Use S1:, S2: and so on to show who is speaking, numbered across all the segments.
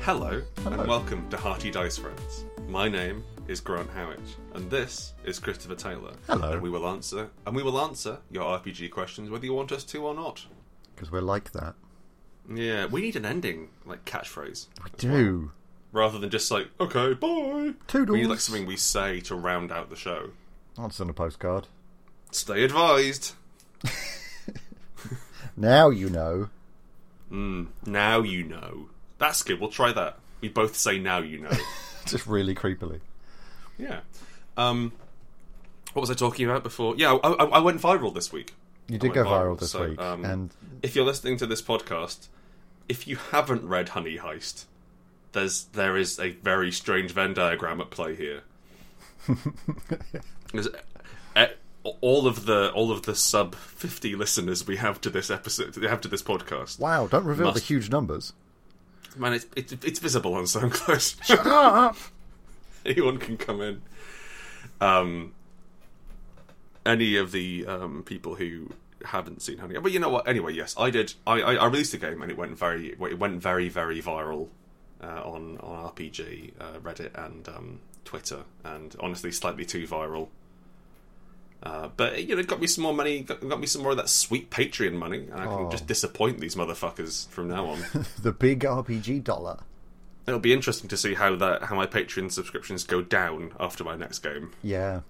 S1: Hello,
S2: Hello.
S1: and welcome to Hearty Dice Friends. My name is Grant Howitch, and this is Christopher Taylor.
S2: Hello.
S1: And we will answer and we will answer your RPG questions whether you want us to or not.
S2: Because we're like that.
S1: Yeah, we need an ending, like catchphrase.
S2: We do.
S1: Rather than just like, okay, bye.
S2: Toodles.
S1: We need like something we say to round out the show.
S2: Answer on a postcard.
S1: Stay advised.
S2: Now you know.
S1: Mm, now you know. That's good, we'll try that. We both say now you know.
S2: Just really creepily.
S1: yeah. Um what was I talking about before? Yeah, I, I, I went viral this week.
S2: You did
S1: went
S2: go
S1: viral,
S2: viral this
S1: so,
S2: week,
S1: um,
S2: and
S1: if you're listening to this podcast, if you haven't read Honey Heist, there's there is a very strange Venn diagram at play here. There's, eh, all of the all of the sub fifty listeners we have to this episode, we have to this podcast,
S2: wow! Don't reveal the
S1: Must-
S2: huge numbers.
S1: man, it's it's, it's visible on SoundCloud. Anyone can come in. Um, any of the um, people who haven't seen Honey, but you know what? Anyway, yes, I did. I, I, I released the game and it went very it went very very viral uh, on on RPG uh, Reddit and um, Twitter, and honestly, slightly too viral. Uh, but you know, it got me some more money. Got, got me some more of that sweet Patreon money, and I can
S2: Oh.
S1: just disappoint these motherfuckers from now on.
S2: the big RPG dollar.
S1: It'll be interesting to see how that how my Patreon subscriptions go down after my next game.
S2: Yeah.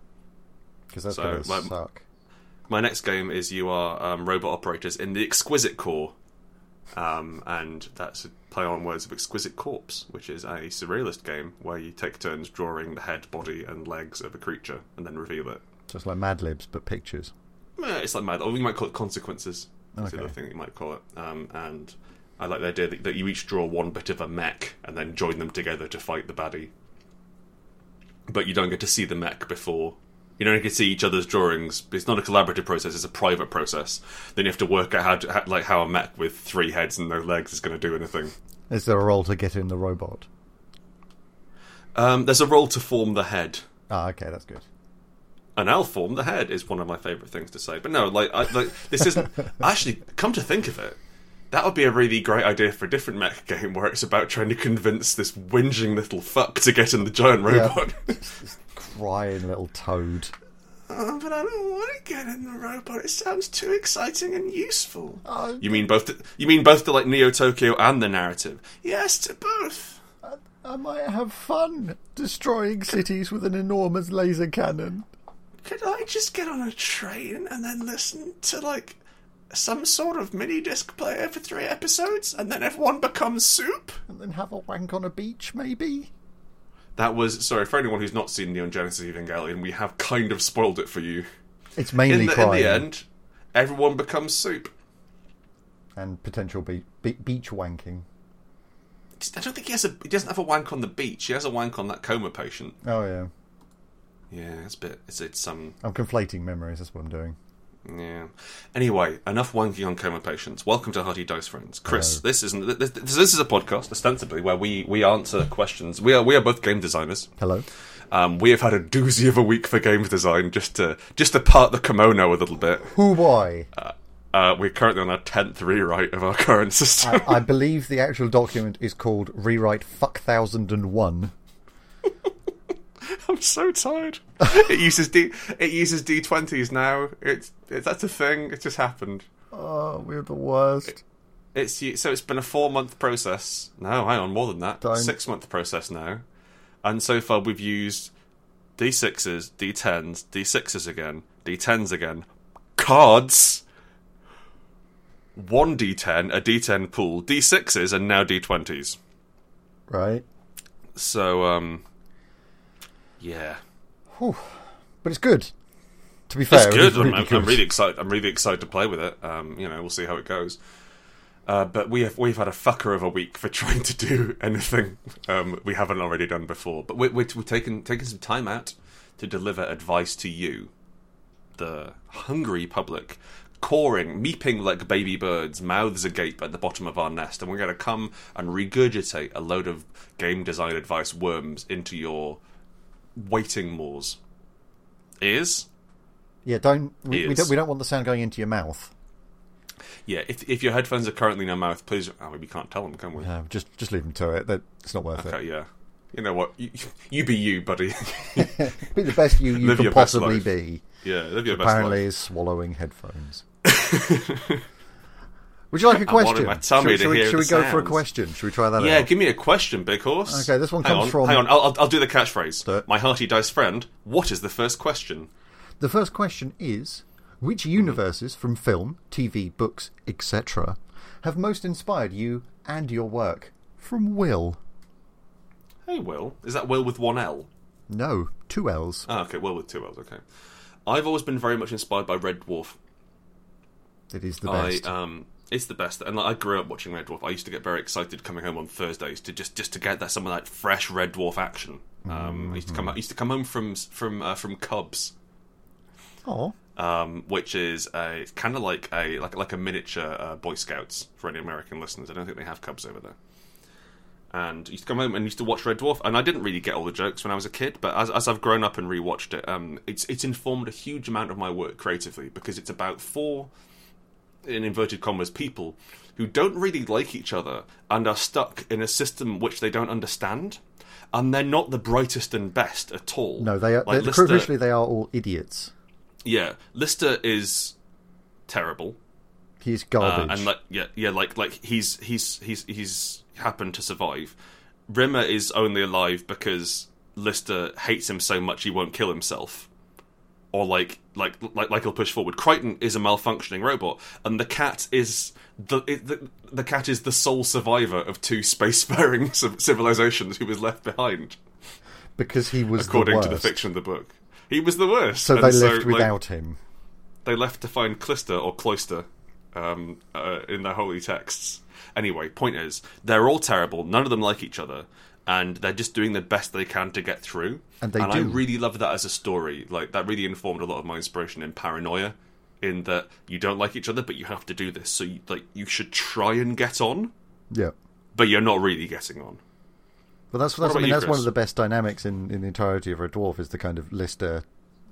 S2: Because that's
S1: So,
S2: gonna
S1: like-
S2: suck.
S1: My next game is you are um, robot operators in the Exquisite Corps, um, and that's a play on words of Exquisite Corpse, which is a surrealist game where you take turns drawing the head, body, and legs of a creature and then reveal it.
S2: Just like Mad Libs, but pictures.
S1: Eh, It's like mad, or we might call it consequences. That's the
S2: Okay.
S1: other thing you might call it. Um, and I like the idea that, that you each draw one bit of a mech and then join them together to fight the baddie. But you don't get to see the mech before. You don't get to see each other's drawings. It's not a collaborative process; it's a private process. Then you have to work out how, to, how like how a mech with three heads and no legs is going to do anything.
S2: Is there a role to get in the robot?
S1: Um, there's a role to form the head.
S2: Ah, okay, that's good.
S1: an L form, the head is one of my favourite things to say. But no, like, I, like this isn't actually. Come to think of it, that would be a really great idea for a different mech game where it's about trying to convince this whinging little fuck to get in the giant robot.
S2: Crying little toad.
S1: oh, but I don't want to get in the robot. It sounds too exciting and useful.
S2: Oh.
S1: You mean both? The, you mean both the like Neo Tokyo and the narrative? Yes, to both.
S2: I might have fun destroying cities with an enormous laser cannon.
S1: Could I just get on a train and then listen to like some sort of mini disc player for three episodes, and then everyone becomes soup?
S2: And then have a wank on a beach, maybe?
S1: That was sorry for anyone who's not seen Neon Genesis Evangelion. We have kind of spoiled it for you.
S2: It's
S1: In
S2: mainly
S1: the, in
S2: crying.
S1: the end, everyone becomes soup.
S2: and potential be- be- beach wanking.
S1: I don't think he has a. He doesn't have a wank on the beach. He has a wank on that coma patient.
S2: Oh yeah,
S1: Yeah, it's a bit. It's it's um, some.
S2: I'm conflating memories. That's what I'm doing.
S1: Yeah. Anyway, enough wanking on coma patients. Welcome to Hearty Dice Friends, Chris. This isn't. This, this, this is a podcast ostensibly where we we answer questions. We are we are both game designers.
S2: Hello.
S1: Um, we have had a doozy of a week for games design. Just to just to part the kimono a little bit.
S2: Who boy?
S1: Uh, we're currently on our tenth rewrite of our current system.
S2: I-, I believe the actual document is called "Rewrite Fuck Thousand and One."
S1: I'm so tired. it uses d it uses d twenties now. It's it, that's a thing. It just happened.
S2: Oh, we're the worst.
S1: It's u- so it's been a four month process. No, hang on, more than that.
S2: Don't.
S1: Six month process now, and so far we've used d sixes, d tens, d sixes again, d tens again, cards. One D10, a D10 pool, D6s, and now D20s.
S2: Right.
S1: So, um, yeah.
S2: But it's good. To be fair,
S1: It's good.
S2: It's really
S1: I'm, I'm-
S2: good.
S1: I'm really excited. I'm really excited to play with it. Um, you know, we'll see how it goes. Uh, but we have we've had a fucker of a week for trying to do anything um, we haven't already done before. But we're, we're, we're taking taking some time out to deliver advice to you, the hungry public, cawing, meeping like baby birds, mouths agape at the bottom of our nest, and we're going to come and regurgitate a load of game design advice worms into your waiting maws. Ears?
S2: Yeah. Don't we, we
S1: Ears.
S2: don't we don't want the sound going into your mouth.
S1: Yeah, if if your headphones are currently in your mouth, please. I mean, we can't tell them, can we?
S2: No, Uh, just just leave them to it. That it's not worth
S1: Okay, yeah. You know what? You, you be you, buddy.
S2: it. Be the best you you
S1: Live
S2: can
S1: your best
S2: possibly
S1: life.
S2: be.
S1: yeah, live your
S2: Apparently,
S1: best
S2: is swallowing headphones. Would you like a question?
S1: my tummy to
S2: should, should we,
S1: hear
S2: should
S1: the
S2: we go for a
S1: sounds.
S2: question? Should we try that
S1: life. Yeah,
S2: out?
S1: give me a question, big horse.
S2: uh, Okay, this one
S1: Hang
S2: comes
S1: on,
S2: from-
S1: Hang on, I'll, I'll, I'll do the catchphrase.
S2: Do it.
S1: My hearty dice friend, what is the first question?
S2: The first question is Which universes from film, TV, books, etc., have most inspired you and your work? From Will.
S1: Hey, Will. Is that Will with one L?
S2: No, two L's.
S1: Ah, okay, Will with two L's, okay. I've always been very much inspired by Red Dwarf.
S2: It is the
S1: I
S2: best.
S1: um, it's the best, and like, I grew up watching Red Dwarf. I used to get very excited coming home on Thursdays to just just to get that some of that fresh Red Dwarf action.
S2: Mm,
S1: Um, I used to come I used to come home from from uh, from Cubs,
S2: Oh,
S1: um, which is a kind of like a like like a miniature uh, Boy Scouts for any American listeners. I don't think they have Cubs over there. And used to come home and used to watch Red Dwarf, and I didn't really get all the jokes when I was a kid. But as, as I've grown up and rewatched it, um, it's it's informed a huge amount of my work creatively because it's about four, in inverted commas, people who don't really like each other and are stuck in a system which they don't understand, and they're not the brightest and best at all.
S2: no, they are.
S1: Like
S2: they,
S1: Lister-
S2: crucially, they are all idiots.
S1: yeah, Lister is terrible,
S2: He is
S1: uh,
S2: garbage.
S1: and like yeah, yeah, like like he's he's he's he's happened to survive. Rimmer is only alive because Lister hates him so much he won't kill himself, or like like like like he'll push forward. Crichton is a malfunctioning robot, and the cat is the it, the, the cat is the sole survivor of two spacefaring civ- civilizations who was left behind,
S2: because he was
S1: according
S2: the
S1: to the
S2: worst.
S1: fiction of the book. He was the worst,
S2: So
S1: and
S2: they
S1: like,
S2: left without him.
S1: they left to find Clister or Cloister um, uh, in their holy texts. Anyway, point is, they're all terrible. None of them like each other, and they're just doing the best they can to get through.
S2: And they
S1: and I
S2: do.
S1: really love that as a story. Like that really informed a lot of my inspiration in Paranoia, in that you don't like each other, but you have to do this. So you, like you should try and get on,
S2: Yeah.
S1: but you're not really getting on.
S2: But that's, that's I
S1: about
S2: mean
S1: you,
S2: that's one
S1: Chris?
S2: of the best dynamics in, in the entirety of a dwarf is the kind of Lister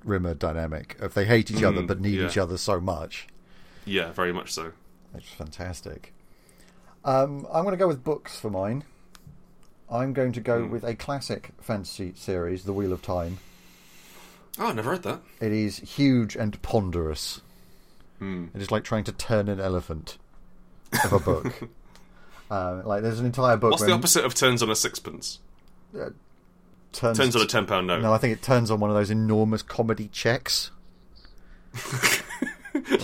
S2: Rimmer dynamic. If they hate each other but need
S1: Mm, yeah.
S2: each other so much,
S1: Yeah, very much so.
S2: it's fantastic. Um, I'm going to go with books for mine. I'm going to
S1: Mm.
S2: go with a classic fantasy series, The Wheel of Time.
S1: Oh, I never read that.
S2: It is huge and ponderous.
S1: Mm.
S2: It is like trying to turn an elephant of a book. um, like there's an entire book
S1: What's
S2: where
S1: the opposite of turns on a sixpence?
S2: turns,
S1: Turns on a ten pound note.
S2: no, I think it turns on one of those enormous comedy checks.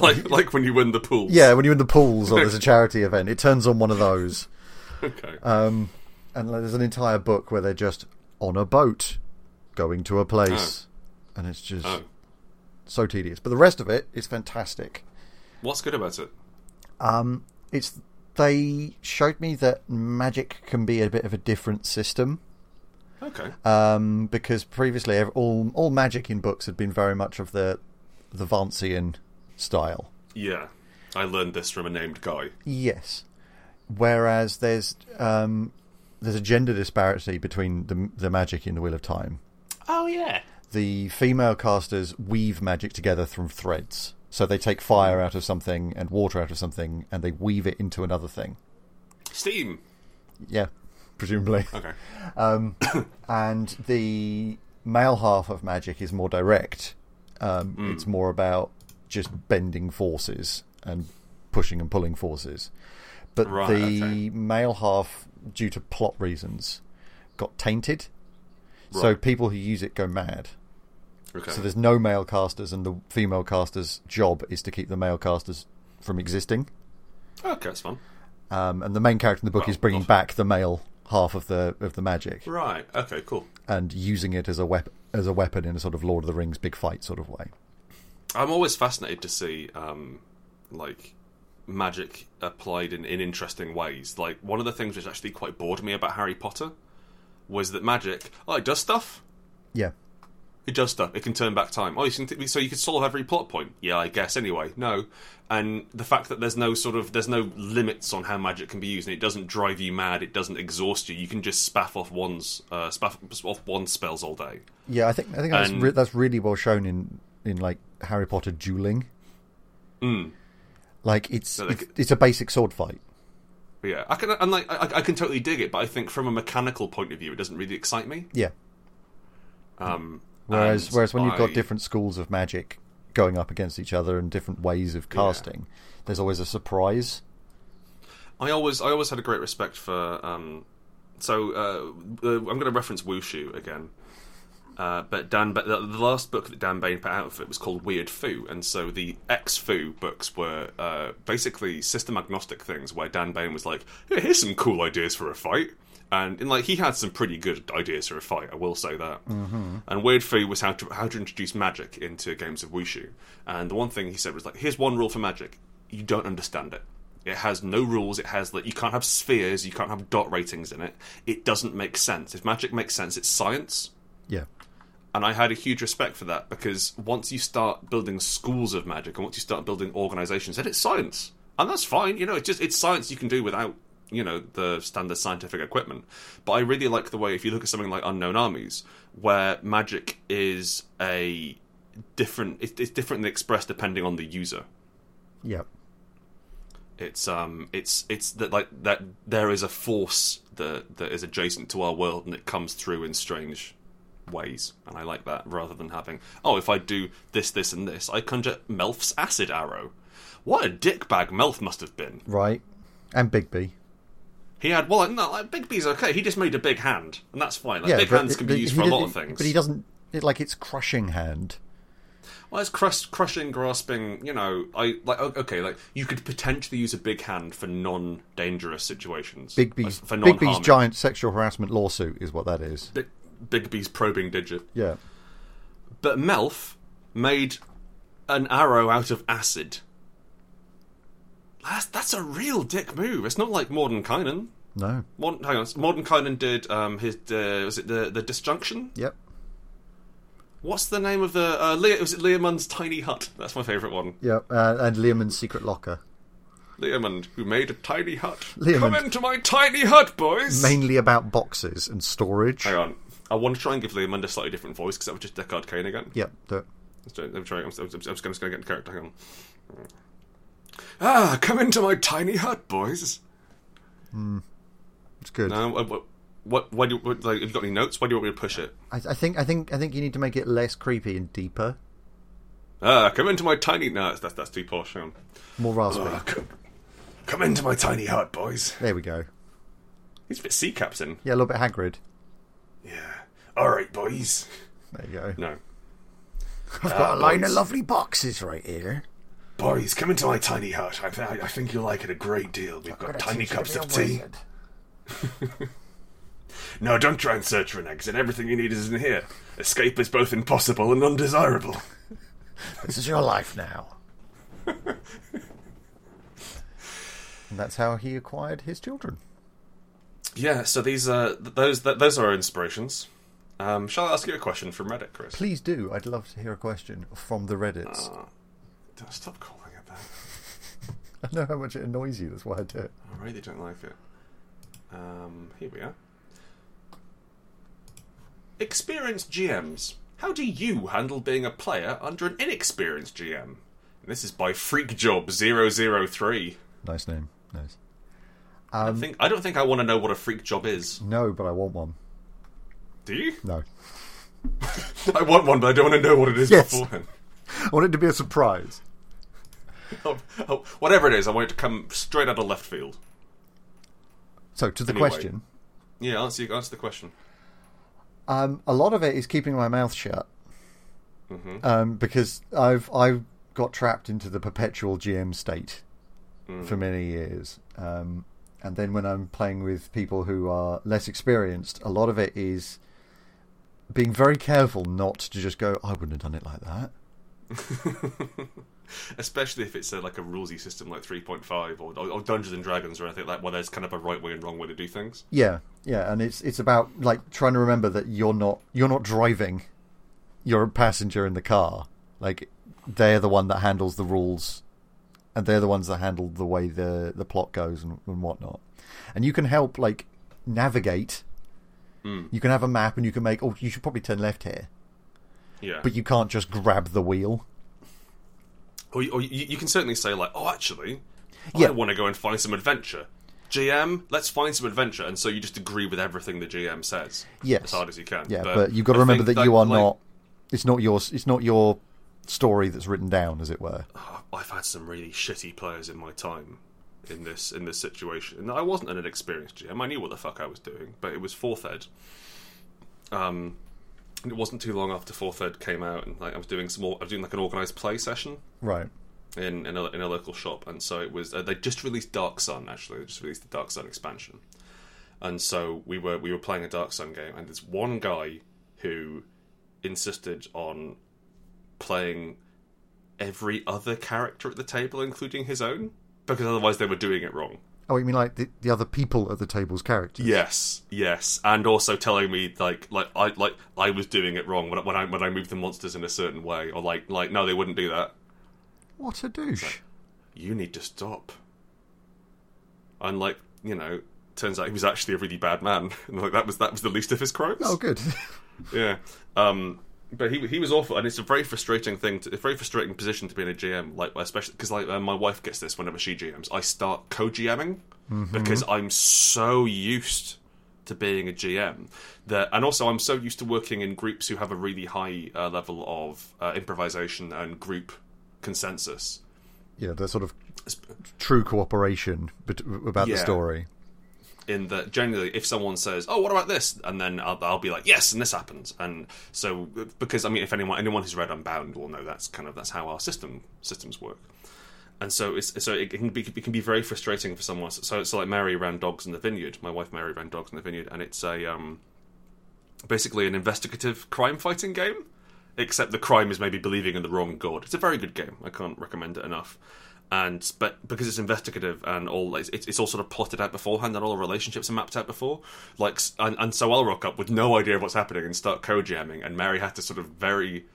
S1: like like when you win the pool.
S2: Yeah, when you're in the pools or there's a charity event, it turns on one of those.
S1: Okay.
S2: Um, and there's an entire book where they're just on a boat going to a place. And it's just
S1: oh.
S2: so tedious. But the rest of it is fantastic.
S1: What's good about it?
S2: Um, it's They showed me that magic can be a bit of a different system.
S1: Okay.
S2: Um, because previously, ev- all, all magic in books had been very much of the, the Vancian style.
S1: Yeah. I learned this from a named guy.
S2: Yes. Whereas there's um, there's a gender disparity between the the magic in the Wheel of Time.
S1: Oh yeah.
S2: The female casters weave magic together from threads. So they take fire out of something and water out of something, and they weave it into another thing.
S1: Steam.
S2: Yeah, presumably.
S1: Okay.
S2: Um, and the male half of magic is more direct. Um,
S1: Mm.
S2: It's more about just bending forces and pushing and pulling forces. But
S1: Right,
S2: the
S1: okay.
S2: male half, due to plot reasons, got tainted. So
S1: Right.
S2: people who use it go mad.
S1: Okay.
S2: So there's no male casters, and the female caster's job is to keep the male casters from existing.
S1: okay, that's fun.
S2: Um, and the main character in the book
S1: Well,
S2: is bringing
S1: not-
S2: back the male half of the of the magic.
S1: Right. Okay. Cool.
S2: and using it as a weapon as a weapon in a sort of Lord of the Rings big fight sort of way.
S1: I'm always fascinated to see um, like magic applied in, in interesting ways. Like one of the things which actually quite bored me about Harry Potter was that magic. Oh, it does stuff.
S2: Yeah.
S1: It does stuff. It can turn back time. Oh, you can so you could solve every plot point. Yeah, I guess. Anyway, no. And the fact that there's no sort of there's no limits on how magic can be used, and it doesn't drive you mad. It doesn't exhaust you. You can just spaff off ones uh, spaff off one spells all day.
S2: Yeah, I think I think that's
S1: And-
S2: re- that's really well shown in in like Harry Potter dueling. Like it's
S1: No, Hmm. they
S2: it's,
S1: could-
S2: it's a basic sword fight.
S1: Yeah, I can and like I, I can totally dig it, but I think from a mechanical point of view, it doesn't really excite me.
S2: Yeah.
S1: Um,
S2: Whereas
S1: and
S2: whereas when you've got
S1: I-
S2: different schools of magic going up against each other and different ways of casting, there's always a surprise.
S1: I always I always had a great respect for. Um, so uh, uh, I'm going to reference Wushu again. Uh, but Dan, but the, the last book that Dan Bain put out for it was called Weird Foo, and so the ex Foo books were uh, basically system agnostic things where Dan Bain was like, "Hey, "Here's some cool ideas for a fight," and, and like he had some pretty good ideas for a fight, I will say that. Mm-hmm. And Weird Foo was how to how to introduce magic into games of Wushu, and the one thing he said was like, "Here's one rule for magic: you don't understand it." It has no rules. It has like you can't have spheres, you can't have dot ratings in it. It doesn't make sense. If magic makes sense, it's science
S2: Yeah.
S1: and I had a huge respect for that because once you start building schools of magic and once you start building organizations, then it's science, and that's fine. You know, it's just it's science you can do without you know the standard scientific equipment. But I really like the way if you look at something like Unknown Armies, where magic is a different, it, it's differently expressed depending on the user.
S2: Yeah.
S1: It's um, it's it's that like that there is a force that that is adjacent to our world and it comes through in strange ways, and I like that rather than having oh, if I do this, this, and this, I conjure Melf's acid arrow. What a dickbag Melf must have been.
S2: Right. And Big B.
S1: He had well, no, like Big B's okay. He just made a big hand, and that's fine. Like,
S2: Yeah.
S1: big
S2: but-
S1: hands can
S2: but
S1: be used
S2: he
S1: for a
S2: did-
S1: lot of things.
S2: But he doesn't it, like it's crushing hand.
S1: Well, it's crush, crushing, grasping. You know, I like o- okay, like you could potentially use a big hand for non-dangerous situations.
S2: Big
S1: like,
S2: B's
S1: for
S2: Big B's
S1: non-harming.
S2: giant sexual harassment lawsuit is what that is.
S1: Big, Bigby's probing digit.
S2: Yeah.
S1: But Melf made an arrow out of acid. That's, that's a real dick move. It's not like Mordenkainen.
S2: No.
S1: Morden, hang on, Mordenkainen did um, his uh, was it the the disjunction?
S2: Yep.
S1: What's the name of the uh, Lea, was it Leomund's tiny hut? That's my favourite one.
S2: Yep. Uh, and Learman's secret locker.
S1: Leomund, who made a tiny hut. Come
S2: Leomund.
S1: into my tiny hut, boys.
S2: Mainly about boxes and storage.
S1: Hang on, I want to try and give Leomund a slightly different voice because that was just Deckard Kane again.
S2: Yep. do it.
S1: Let's do it. I'm trying. I'm, I'm, I'm just going to get into character. Hang on. Ah, come into my tiny hut, boys.
S2: It's good.
S1: No, what, what, why do you, what, like, have you got any notes? Why do you want me to push it?
S2: I, I think I think I think you need to make it less creepy and deeper,
S1: Ah, come into my tiny. No, that's that's, that's too posh. Hang on.
S2: more raspberry.
S1: Ah, come, come into my tiny hut, boys.
S2: There we go.
S1: He's a bit sea captain.
S2: Yeah, a little bit Hagrid.
S1: Yeah. All right, boys.
S2: There you go.
S1: No,
S2: I've got a line
S1: boys.
S2: of lovely boxes right here.
S1: boys, come into my tiny hut. I, I, I think you'll like it a great deal. We've got tiny cups of tea. No, don't try and search for an exit. Everything you need is in here. Escape is both impossible and undesirable.
S2: This is your life now. and that's how he acquired his children.
S1: Yeah, so these uh, th- those th- those are our inspirations. Um, shall I ask you a question from Reddit, Chris?
S2: Please do. I'd love to hear a question from the Reddits.
S1: Don't stop calling it that.
S2: I know how much it annoys you. That's why I do it.
S1: I really don't like it. Um, here we are. Experienced GMs. How do you handle being a player under an inexperienced GM? And this is by FreakJob003.
S2: Nice name. Nice.
S1: I think I don't think I want to know what a freak job is.
S2: No, but I want one.
S1: Do you?
S2: No.
S1: I want one, but I don't want to know what it is
S2: Yes.
S1: beforehand.
S2: I want it to be a surprise.
S1: Oh, oh, whatever it is, I want it to come straight out of left field.
S2: So, to the
S1: Anyway.
S2: question.
S1: Yeah, answer answer the question.
S2: Um, a lot of it is keeping my mouth shut um, because I've I've got trapped into the perpetual GM state for many years, um, and then when I'm playing with people who are less experienced, a lot of it is being very careful not to just go. I wouldn't have done it like that.
S1: Especially if it's a, like a rulesy system like 3.5 or, or, or Dungeons and Dragons or anything like where there's kind of a right way and wrong way to do things.
S2: Yeah, yeah, and it's it's about like trying to remember that you're not you're not driving, you're a passenger in the car. Like they're the one that handles the rules, and they're the ones that handle the way the the plot goes and, and whatnot. And you can help like navigate.
S1: Hmm.
S2: You can have a map, and you can make. Oh, you should probably turn left here,
S1: Yeah.
S2: but you can't just grab the wheel.
S1: Or, or you, you can certainly say like, oh, actually,
S2: Yeah.
S1: I want to go and find some adventure. GM, let's find some adventure, and so you just agree with everything the GM says.
S2: Yes.
S1: as hard as you can.
S2: Yeah, but, you've got to
S1: I
S2: remember that,
S1: think
S2: you are
S1: like,
S2: not. It's not your. It's not your story that's written down, as it were.
S1: I've had some really shitty players in my time in this in this situation. And I wasn't an inexperienced GM. I knew what the fuck I was doing, but it was Fourth Ed. Um, and it wasn't too long after Fourth Ed came out, and like I was doing some more. I was doing like an organized play session
S2: Right.
S1: in in a, in a local shop, and so it was. Uh, they just released Dark Sun. Actually, they just released the Dark Sun expansion, and so we were we were playing a Dark Sun game, and there's one guy who insisted on playing every other character at the table, including his own, because otherwise they were doing it wrong.
S2: Oh, you mean like the, the other people at the table's characters?
S1: Yes, yes, and also telling me like like I like I was doing it wrong when I, when I when I moved the monsters in a certain way, or like like no, they wouldn't do that.
S2: What a douche.
S1: you need to stop. And like, you know, turns out he was actually a really bad man. And like that was that was the least of his crimes.
S2: Oh, good.
S1: Yeah. Um but he he was awful and it's a very frustrating thing to a very frustrating position to be in a GM like especially cuz like uh, my wife gets this whenever she GMs. I start co-GMing because I'm so used to being a GM that and also I'm so used to working in groups who have a really high uh, level of uh, improvisation and group consensus.
S2: yeah, the sort of true cooperation bet- about the
S1: Yeah.
S2: story.
S1: in that generally if someone says oh what about this and then I'll, I'll be like yes and this happens and so because i mean if anyone anyone who's read unbound will know that's kind of that's how our system systems work and so it's so it can be it can be very frustrating for someone so so like mary ran dogs in the vineyard my wife mary ran dogs in the vineyard and it's a um basically an investigative crime fighting game except the crime is maybe believing in the wrong god. It's a very good game. I can't recommend it enough. And but because it's investigative and all, it's, it's all sort of plotted out beforehand, and all the relationships are mapped out before. Like, s- and, and so I'll rock up with no idea of what's happening and start co jamming, and Mary had to sort of very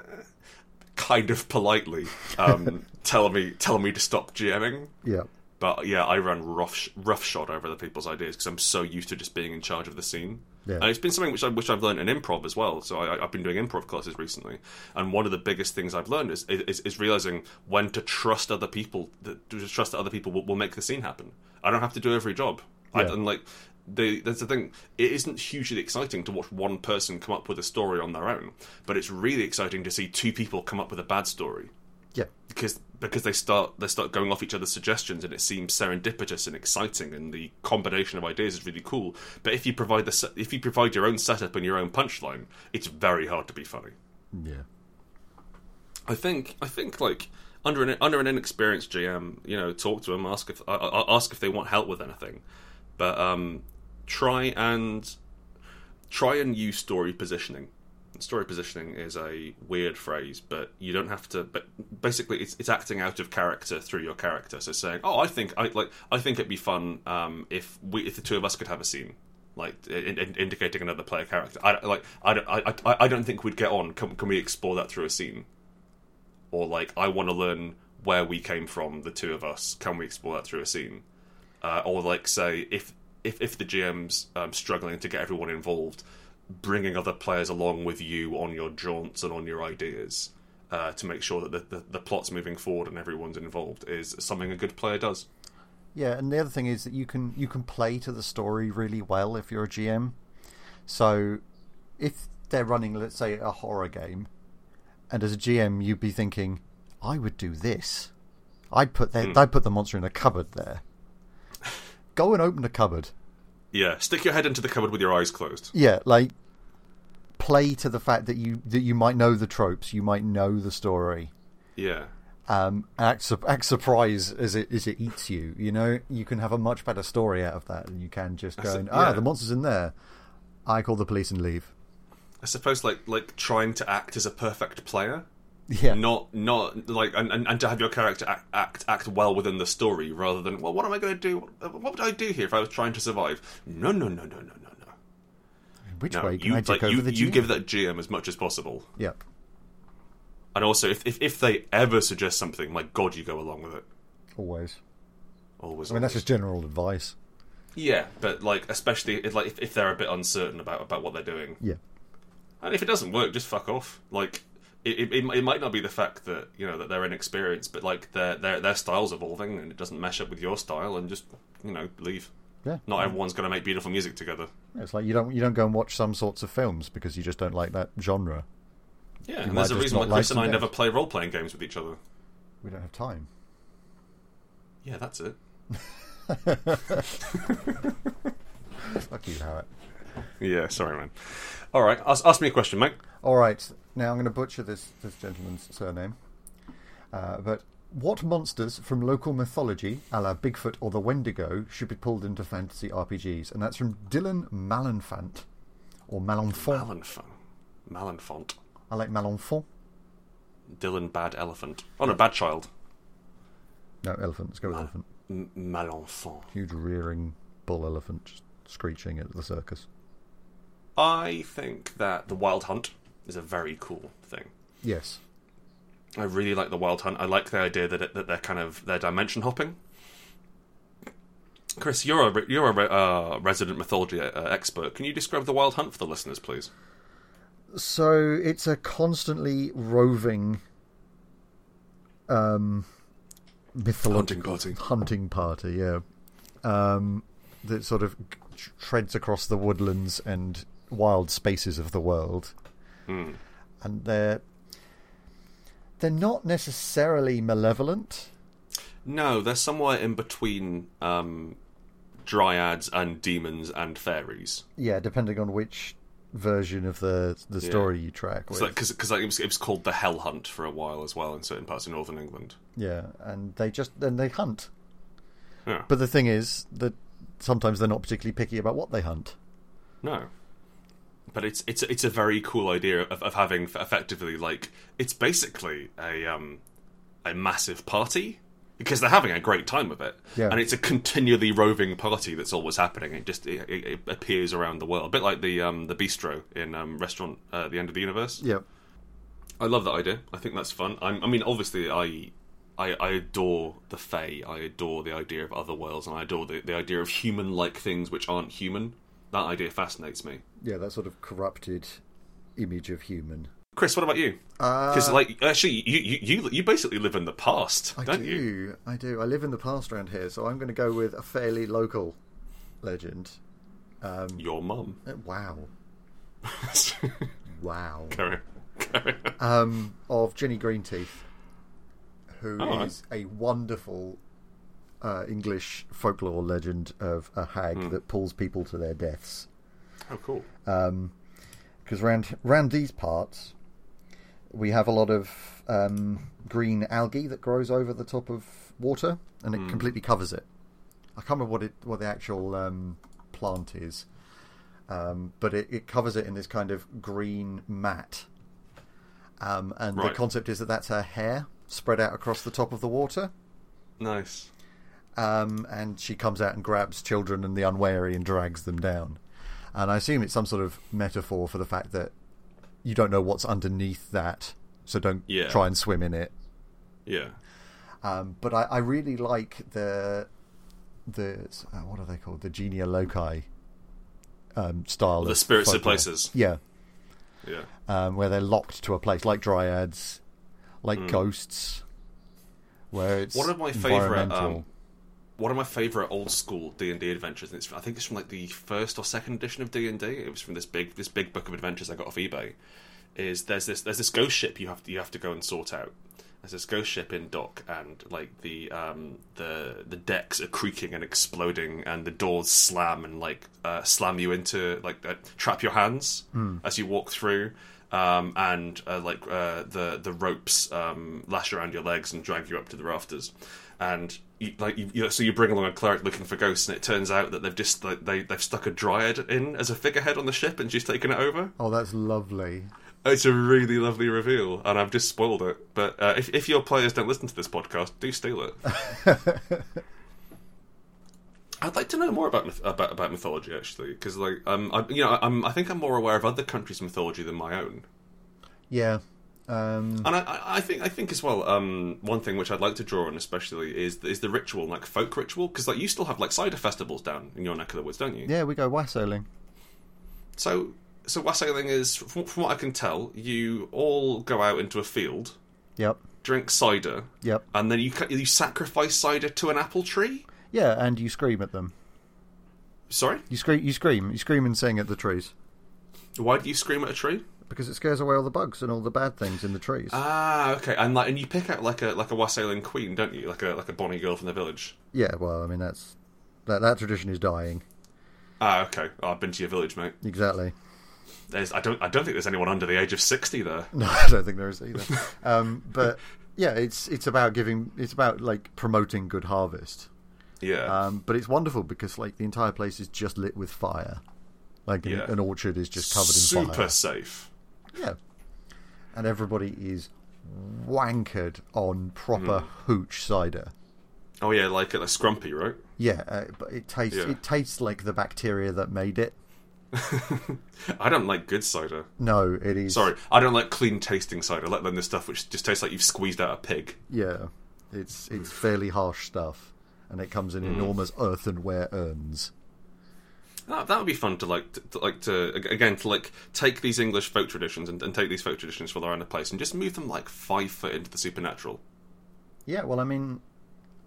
S1: uh, kind of politely um, tell me tell me to stop jamming.
S2: Yeah.
S1: But yeah, I run rough roughshod over other people's ideas because I'm so used to just being in charge of the scene.
S2: Yeah.
S1: And it's been something which I which I've learned in improv as well. So I, I've been doing improv classes recently, and one of the biggest things I've learned is is, is realizing when to trust other people. That, to trust that other people will, will make the scene happen. I don't have to do every job. I,
S2: Yeah.
S1: and like, they, that's the thing. It isn't hugely exciting to watch one person come up with a story on their own, but it's really exciting to see two people come up with a bad story
S2: Yeah.
S1: because because they start they start going off each other's suggestions and it seems serendipitous and exciting and the combination of ideas is really cool. But if you provide the se- if you provide your own setup and your own punchline, it's very hard to be funny.
S2: Yeah.
S1: I think I think like under an under an inexperienced GM, you know, talk to them, ask if uh, uh, ask if they want help with anything, but um, try and try and use story positioning. Story positioning is a weird phrase, but you don't have to. But basically, it's it's acting out of character through your character. So saying, "Oh, I think I like I think it'd be fun um, if we if the two of us could have a scene." Like in, in, indicating another player character, I don't- like I don't I, I, I don't think we'd get on. Can, can we explore that through a scene? or like I want to learn where we came from, the two of us. Can we explore that through a scene? Uh, or like say if if if the GM's um, struggling to get everyone involved, bringing other players along with you on your jaunts and on your ideas uh, to make sure that the, the the plot's moving forward and everyone's involved is something a good player does.
S2: Yeah, and the other thing is that you can you can play to the story really well if you're a GM. So if they're running, let's say, a horror game, and as a GM you'd be thinking, I would do this. I'd put their, I'd put the monster in a cupboard there. Go and open the cupboard.
S1: Yeah, stick your head into the cupboard with your eyes closed.
S2: Yeah, like play to the fact that you that you might know the tropes, you might know the story.
S1: Yeah,
S2: Um, and act, sur- act surprised as it as it eats you. You know, you can have a much better story out of that than you can just
S1: That's
S2: going,
S1: it,
S2: ah,
S1: yeah.
S2: the monster's in there. I call the police and leave.
S1: I suppose like like trying to act as a perfect player
S2: Yeah,
S1: not not like and, and, and to have your character act, act act well within the story rather than well what am I going to do what, what would I do here if I was trying to survive no no no no no no no
S2: which
S1: no
S2: way can
S1: you
S2: I take
S1: like,
S2: over
S1: you,
S2: the
S1: you
S2: GM?
S1: give that GM as much as possible
S2: Yeah,
S1: and also if, if if they ever suggest something my god you go along with it
S2: always.
S1: always
S2: I mean, that's just general advice.
S1: yeah but like especially if, like if, if they're a bit uncertain about about what they're doing
S2: Yeah,
S1: and if it doesn't work just fuck off like it, it, it might not be the fact that you know that they're inexperienced, but like their their their style's evolving and it doesn't mesh up with your style, and just you know leave.
S2: Yeah.
S1: Not everyone's going to make beautiful music together.
S2: It's like you don't you don't go and watch some sorts of films because you just don't like that genre.
S1: Yeah,
S2: might
S1: and there's a
S2: just
S1: reason why
S2: not like
S1: Chris and I
S2: them.
S1: never play role playing games with each other.
S2: We don't have time.
S1: Yeah, that's it.
S2: Fuck you, Howard.
S1: Yeah, sorry, man. All right, ask, ask me a question, mate.
S2: All right, now I'm going to butcher this this gentleman's surname. Uh, but what monsters from local mythology, a la Bigfoot or the Wendigo, should be pulled into fantasy RPGs? And that's from Dylan Malenfant, or Malenfant.
S1: Malenfant. Malenfant.
S2: I like Malenfant.
S1: Dylan Bad Elephant. Oh no, Bad Child.
S2: No, elephant. Let's go with elephant.
S1: M- Malenfant.
S2: Huge rearing bull elephant just screeching at the circus.
S1: I think that The Wild Hunt is a very cool thing.
S2: Yes.
S1: I really like The Wild Hunt. I like the idea that it, that they're kind of they're dimension hopping. Chris, you're a re- you're a re- uh, resident mythology uh, expert. Can you describe The Wild Hunt for the listeners, please?
S2: So it's a constantly roving um, mythological
S1: party.
S2: hunting party, yeah, um, that sort of tr- treads across the woodlands and wild spaces of the world,
S1: Hmm.
S2: and they're they're not necessarily malevolent.
S1: No, they're somewhere in between um, dryads and demons and fairies.
S2: Yeah, depending on which version of the the story you track. With.
S1: Because it, was, it was called the Hell Hunt for a while as well in certain parts of northern England.
S2: Yeah, and they just then they hunt.
S1: Yeah.
S2: But the thing is that sometimes they're not particularly picky about what they hunt.
S1: No. But it's it's it's a very cool idea of, of having f- effectively like it's basically a um a massive party because they're having a great time of it,
S2: Yeah.
S1: and it's a continually roving party that's always happening. It just it, it, it appears around the world, a bit like the um the bistro in um, restaurant uh, the end of the universe.
S2: Yeah.
S1: I love that idea. I think that's fun. I'm, I mean, obviously, I, I I adore the Fae. I adore the idea of other worlds, and I adore the, the idea of human-like things which aren't human. That idea fascinates me.
S2: Yeah, that sort of corrupted image of human.
S1: Chris, what about you?
S2: Uh,
S1: Because, like, actually, you, you you you basically live in the past,
S2: I
S1: don't
S2: do.
S1: you?
S2: I do. I live in the past around here, so I'm going to go with a fairly local legend. Um,
S1: Your mum.
S2: uh, wow.
S1: Carry
S2: Wow.
S1: on. Carry on.
S2: Um, of Ginny Greenteeth, who is
S1: Oh.
S2: a wonderful uh, English folklore legend of a hag
S1: Hmm.
S2: that pulls people to their deaths.
S1: Oh, cool.
S2: uh, because round round these parts we have a lot of um, green algae that grows over the top of water and it completely covers it. I can't remember what it what the actual um, plant is, um, but it, it covers it in this kind of green mat. Um, and the
S1: Right.
S2: concept is that that's her hair spread out across the top of the water,
S1: Nice.
S2: um, and she comes out and grabs children and the unwary and drags them down. And I assume it's some sort of metaphor for the fact that you don't know what's underneath that, so don't
S1: Yeah.
S2: try and swim in it.
S1: Yeah.
S2: Um, but I, I really like the the uh, what are they called? The genia loci um, style.
S1: The
S2: of
S1: spirits of
S2: folklore.
S1: places.
S2: Yeah,
S1: Yeah.
S2: um, where they're locked to a place like dryads, like ghosts. Where it's
S1: Hmm. One of my favourite,
S2: environmental.
S1: um, one of my favorite old school D and D adventures. And it's, I think it's from like the first or second edition of D and D. It was from this big this big book of adventures I got off eBay. Is there's this there's this ghost ship you have to, you have to go and sort out. There's this ghost ship in dock, and like the um, the the decks are creaking and exploding, and the doors slam and like uh, slam you into like uh, trap your hands as you walk through, um, and uh, like uh, the the ropes um, lash around your legs and drag you up to the rafters and you, like you, you, so you bring along a cleric looking for ghosts, and it turns out that they've just like, they they've stuck a dryad in as a figurehead on the ship, and she's taken it over.
S2: oh, that's lovely.
S1: It's a really lovely reveal, and I've just spoiled it. But uh, if if your players don't listen to this podcast, do steal it. I'd like to know more about myth- about about mythology actually, because like um I, you know I'm I think I'm more aware of other countries' mythology than my own.
S2: Yeah. Um,
S1: And I- I, I think I think as well. Um, one thing which I'd like to draw on especially is is the ritual, like folk ritual, because like you still have like cider festivals down in your neck of the woods, don't you?
S2: yeah, we go wassailing.
S1: So so wassailing is, from, from what I can tell, you all go out into a field,
S2: Yep.
S1: drink cider,
S2: Yep.
S1: and then you ca- you sacrifice cider to an apple tree.
S2: Yeah, and you scream at them.
S1: Sorry,
S2: You scream. You scream. You scream and sing at the trees
S1: why do you scream at a tree?
S2: because it scares away all the bugs and all the bad things in the trees.
S1: Ah, okay, and like, and you pick out like a like a wassailing queen, don't you? Like a like a bonny girl from the village.
S2: yeah. Well, I mean that's that that tradition is dying.
S1: Ah, okay. Oh, I've been to your village, mate.
S2: Exactly.
S1: There's, I don't I don't think there's anyone under the age of sixty there.
S2: No, I don't think there is either. um, but yeah, it's it's about giving. It's about like promoting good harvest.
S1: Yeah.
S2: Um, but it's wonderful because like the entire place is just lit with fire. Like an,
S1: Yeah.
S2: an orchard is just covered in
S1: Super
S2: fire.
S1: safe.
S2: Yeah. And everybody is wankered on proper
S1: Hmm.
S2: hooch cider.
S1: Oh yeah, like a scrumpy, right?
S2: Yeah, uh, but it tastes
S1: Yeah.
S2: it tastes like the bacteria that made it.
S1: I don't like good cider.
S2: No, it is.
S1: Sorry, I don't like clean tasting cider. I like them the stuff which just tastes like you've squeezed out a pig.
S2: Yeah, it's it's fairly harsh stuff, and it comes in
S1: Hmm.
S2: enormous earthenware urns.
S1: That, that would be fun to like, to, to like to ag- again to like take these English folk traditions and, and take these folk traditions from around the place and just move them like five foot into the supernatural.
S2: Yeah, well, I mean,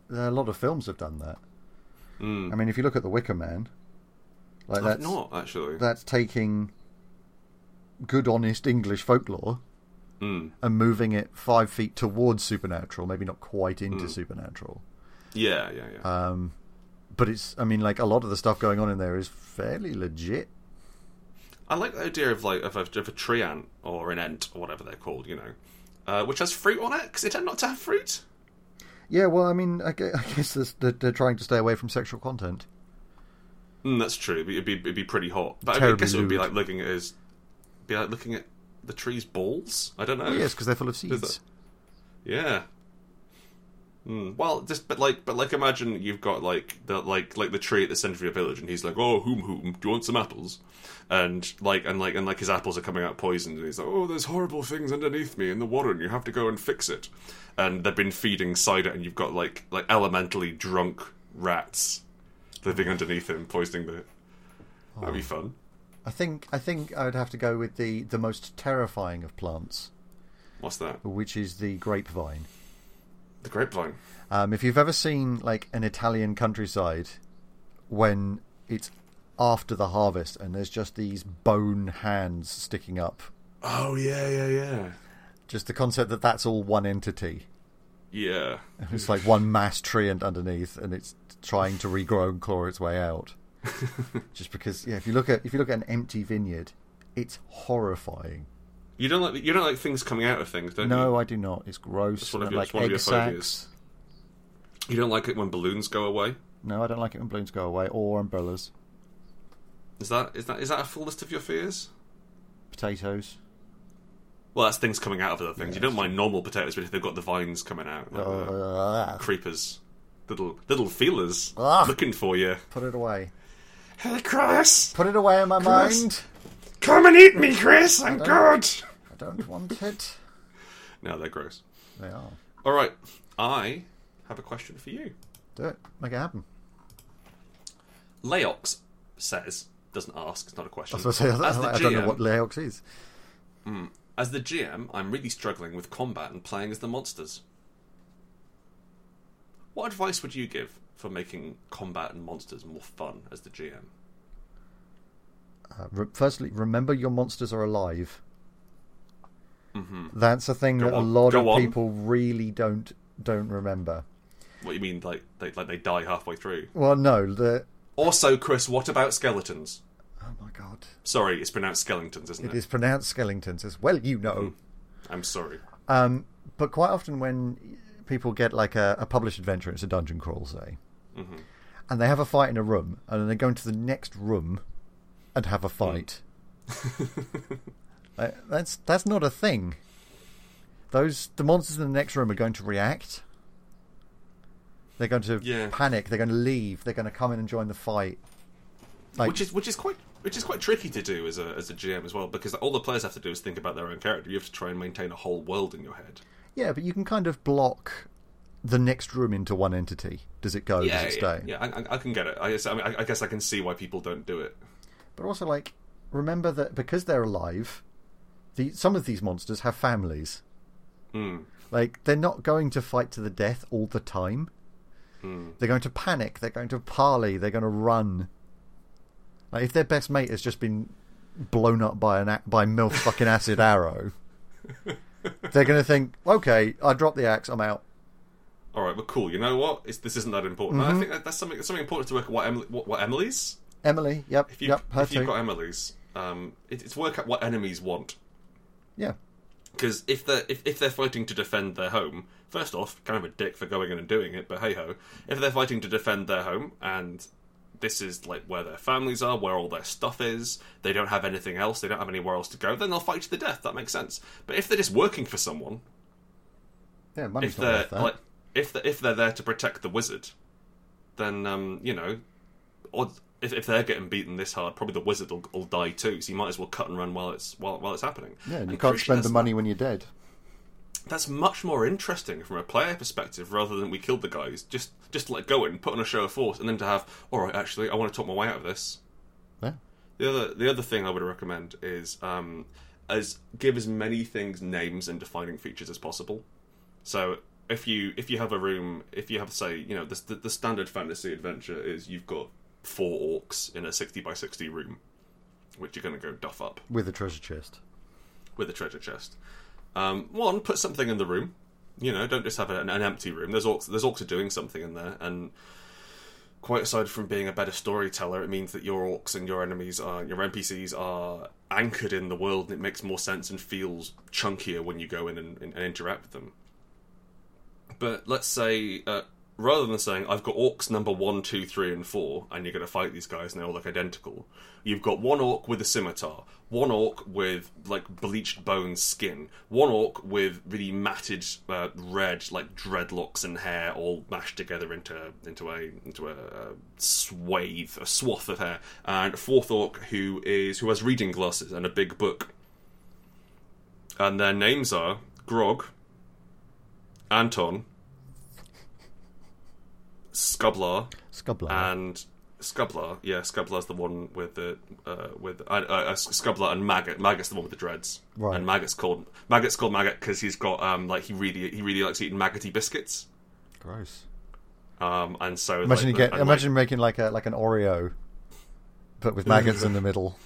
S2: there are a lot of films have done that. I mean, if you look at The Wicker Man, like
S1: Hmm. I've
S2: that's
S1: not actually.
S2: that's taking good, honest English folklore
S1: Mm.
S2: and moving it five feet towards supernatural, maybe not quite into supernatural.
S1: Yeah, yeah, yeah.
S2: Um, but it's, I mean, like a lot of the stuff going on in there is fairly legit.
S1: I like the idea of like of a, of a tree ant or an ant or whatever they're called, you know, uh, which has fruit on it because it tend not to have fruit.
S2: Yeah, well, I mean, I gue- I guess this- that they're trying to stay away from sexual content.
S1: Mm, that's true. It'd be, it'd be it'd be pretty hot, but I
S2: Terribly
S1: guess it would be
S2: lewd.
S1: like looking at his, be like looking at the tree's balls. I don't know.
S2: Yes, yes, because they're full of
S1: that-
S2: seeds.
S1: Yeah. Mm. Well, just but like but like imagine you've got like the like like the tree at the centre of your village, and he's like, "Oh, whom whom? Do you want some apples?" And like and like and like his apples are coming out poisoned, and he's like, "Oh, there's horrible things underneath me in the water, and you have to go and fix it." And they've been feeding cider, and you've got like like elementally drunk rats living underneath him, poisoning the. That'd be fun.
S2: I think I think I would have to go with the the most terrifying of plants,
S1: What's that?
S2: which is the grapevine.
S1: The grapevine.
S2: Um, if you've ever seen like an Italian countryside when it's after the harvest and there's just these bone hands sticking up,
S1: Oh yeah yeah yeah
S2: just the concept that that's all one entity.
S1: yeah.
S2: It's like one mass tree and underneath, and it's trying to regrow and claw its way out. just because, yeah, if you look at if you look at an empty vineyard, it's horrifying.
S1: You don't like you don't like things coming out of things, don't you?
S2: No, I do not. It's gross.
S1: It's one of
S2: and
S1: your,
S2: like
S1: it's one of your
S2: egg
S1: phobias.
S2: sacs.
S1: You don't like it when balloons go away.
S2: No, I don't like it when balloons go away or umbrellas,
S1: Is that is that is that a full list of your fears?
S2: potatoes.
S1: Well, that's things coming out of other things. You
S2: Yes.
S1: don't mind normal potatoes, but if they've got the vines coming out, like the
S2: Uh,
S1: creepers, little little feelers
S2: Ah.
S1: looking for you.
S2: put it away.
S1: Hey, Chris,
S2: Put it away in my
S1: Gross.
S2: mind.
S1: come and eat me, Chris. I'm
S2: don't-
S1: good.
S2: I don't want it.
S1: No, they're gross.
S2: They are.
S1: All right, I have a question for you.
S2: Do it. Make it happen.
S1: Laox says doesn't ask. It's not a question.
S2: I was going to say, I,
S1: As the
S2: I don't know
S1: GM
S2: what Laox is.
S1: As the GM, I'm really struggling with combat and playing as the monsters. What advice would you give for making combat and monsters more fun as the GM?
S2: Uh, re- firstly, remember your monsters are alive. That's a thing that a
S1: on,
S2: lot
S1: Mm-hmm. go
S2: of
S1: on.
S2: people really don't don't remember.
S1: What you mean, like they like they die halfway through?
S2: Well, no, the
S1: Also, Chris, what about skeletons?
S2: oh my god,
S1: Sorry, it's pronounced skeletons, isn't it?
S2: it is pronounced skeletons as well. You
S1: Mm-hmm.
S2: know.
S1: I'm sorry.
S2: Um, but quite often when people get like a, a published adventure, it's a dungeon crawl, say,
S1: Mm-hmm.
S2: and they have a fight in a room, and then they go into the next room and have a fight.
S1: Mm.
S2: Uh, that's that's not a thing. Those the monsters in the next room are going to react. They're going to
S1: Yeah.
S2: panic. They're going to leave. They're going to come in and join the fight. Like,
S1: Which is which is quite which is quite tricky to do as a as a GM as well, because all the players have to do is think about their own character. You have to try and maintain a whole world in your head.
S2: yeah, but you can kind of block the next room into one entity. Does it go? Does it stay?
S1: yeah. I, I, I can get it. I guess I, mean, I, I guess I can see why people don't do it.
S2: But also, like, remember that because they're alive, the, some of these monsters have families.
S1: Mm.
S2: Like they're not going to fight to the death all the time.
S1: Mm.
S2: They're going to panic. They're going to parley. They're going to run. Like if their best mate has just been blown up by an ac- by milf fucking acid arrow, they're going to think, okay, I dropped the axe. I'm out.
S1: All right, well, cool. You know what? It's, this isn't that important.
S2: Mm-hmm.
S1: And I think that, that's something that's something important to work out. What, Emily, what, what Emily's?
S2: Emily, yep,
S1: If you
S2: yep, her
S1: if
S2: too.
S1: you've got Emily's, um, it, it's work out what enemies want.
S2: yeah,
S1: Because if they're if, if they're fighting to defend their home, first off, kind of a dick for going in and doing it, but hey ho. If they're fighting to defend their home and this is like where their families are, where all their stuff is, they don't have anything else, they don't have anywhere else to go, then they'll fight to the death, that makes sense. But if they're just working for someone,
S2: yeah. Mummy's
S1: if
S2: not
S1: they're
S2: worth that.
S1: like if they're, if they're there to protect the wizard, then um, you know, or if, if they're getting beaten this hard, probably the wizard will, will die too. So you might as well cut and run while it's while, while it's happening.
S2: yeah, and you
S1: And
S2: can't
S1: crucially,
S2: spend the
S1: that's-
S2: money when you're dead.
S1: that's much more interesting from a player perspective rather than we killed the guys just just let go and put on a show of force and then to have all right actually i want to talk my way out of this
S2: Yeah.
S1: the other the other thing i would recommend is um as give as many things names and defining features as possible so if you if you have a room if you have say you know the, the, the standard fantasy adventure is you've got four orcs in a 60 by 60 room which you're going to go duff up
S2: With a treasure chest.
S1: with a treasure chest. Um, one, put something in the room. You know, don't just have an, an empty room. There's orcs. There's orcs are doing something in there, and quite aside from being a better storyteller, it means that your orcs and your enemies are your NPCs are anchored in the world, and it makes more sense and feels chunkier when you go in and, and, and interact with them. But let's say. Uh, Rather than saying I've got orcs number one, two, three, and four, and you're going to fight these guys, and they all look identical, you've got one orc with a scimitar, one orc with like bleached bone skin, one orc with really matted uh, red like dreadlocks and hair all mashed together into into a into a, uh swathe, a swath of hair, and a fourth orc who is who has reading glasses and a big book, and their names are Grog, Anton, Scublar
S2: Scubbler.
S1: and Scubbler, yeah, Scubbler's the one with the uh, with uh, uh, Scubbler and Maggot. Maggot's the one with the dreads,
S2: Right.
S1: And Maggot's called Maggot's called Maggot because he's got um like he really he really likes eating maggoty biscuits.
S2: Gross.
S1: Um, and so
S2: Imagine
S1: like,
S2: you get.
S1: and, like-
S2: Imagine making like a like an Oreo, but with maggots in the middle.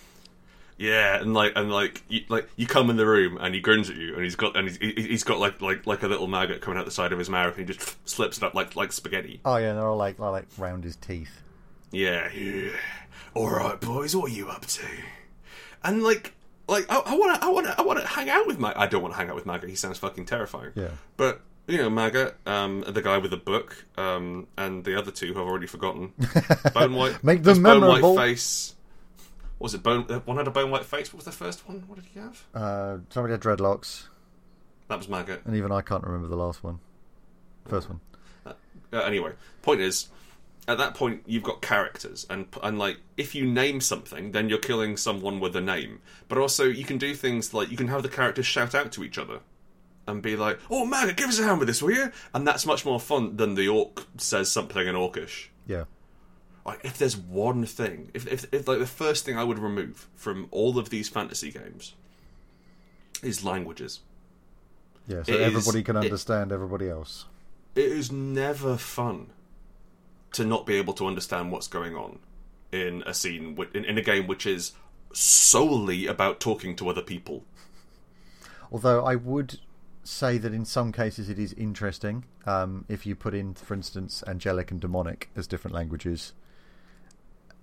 S1: Yeah, and like and like you, like you come in the room and he grins at you and he's got and he's, he- he's got like like like a little maggot coming out the side of his mouth and he just slips it up like like spaghetti.
S2: Oh yeah, and they're all like they're, like round his teeth.
S1: Yeah. All right, boys, what are you up to? And like, like I, I want to, I want to, I want to hang out with Mag. I don't want to hang out with Maggot. He sounds fucking terrifying.
S2: Yeah.
S1: But you know, Maggot, um, the guy with the book, um, and the other two who I've already forgotten. Bone White.
S2: Make them
S1: it's Bone
S2: memorable.
S1: White face. What was it bone? uh, One had a bone white face. What was the first one? What did he have?
S2: Uh, somebody had dreadlocks,
S1: That was Maggot.
S2: and even I can't remember the last one. First one.
S1: uh, anyway, point is, at that point you've got characters, and and like if you name something, then you're killing someone with a name. But also you can do things like you can have the characters shout out to each other, and be like, "Oh, Maggot, give us a hand with this, will you?" And that's much more fun than the orc says something in orcish.
S2: Yeah.
S1: Like, if there's one thing, if, if, if like the first thing I would remove from all of these fantasy games is languages.
S2: Yeah. So
S1: It is-
S2: everybody can
S1: it-
S2: understand everybody else.
S1: it is never fun to not be able to understand what's going on in a scene whi- in, in a game which is solely about talking to other people.
S2: Although I would say that in some cases it is interesting um, if you put in, for instance, angelic and demonic as different languages,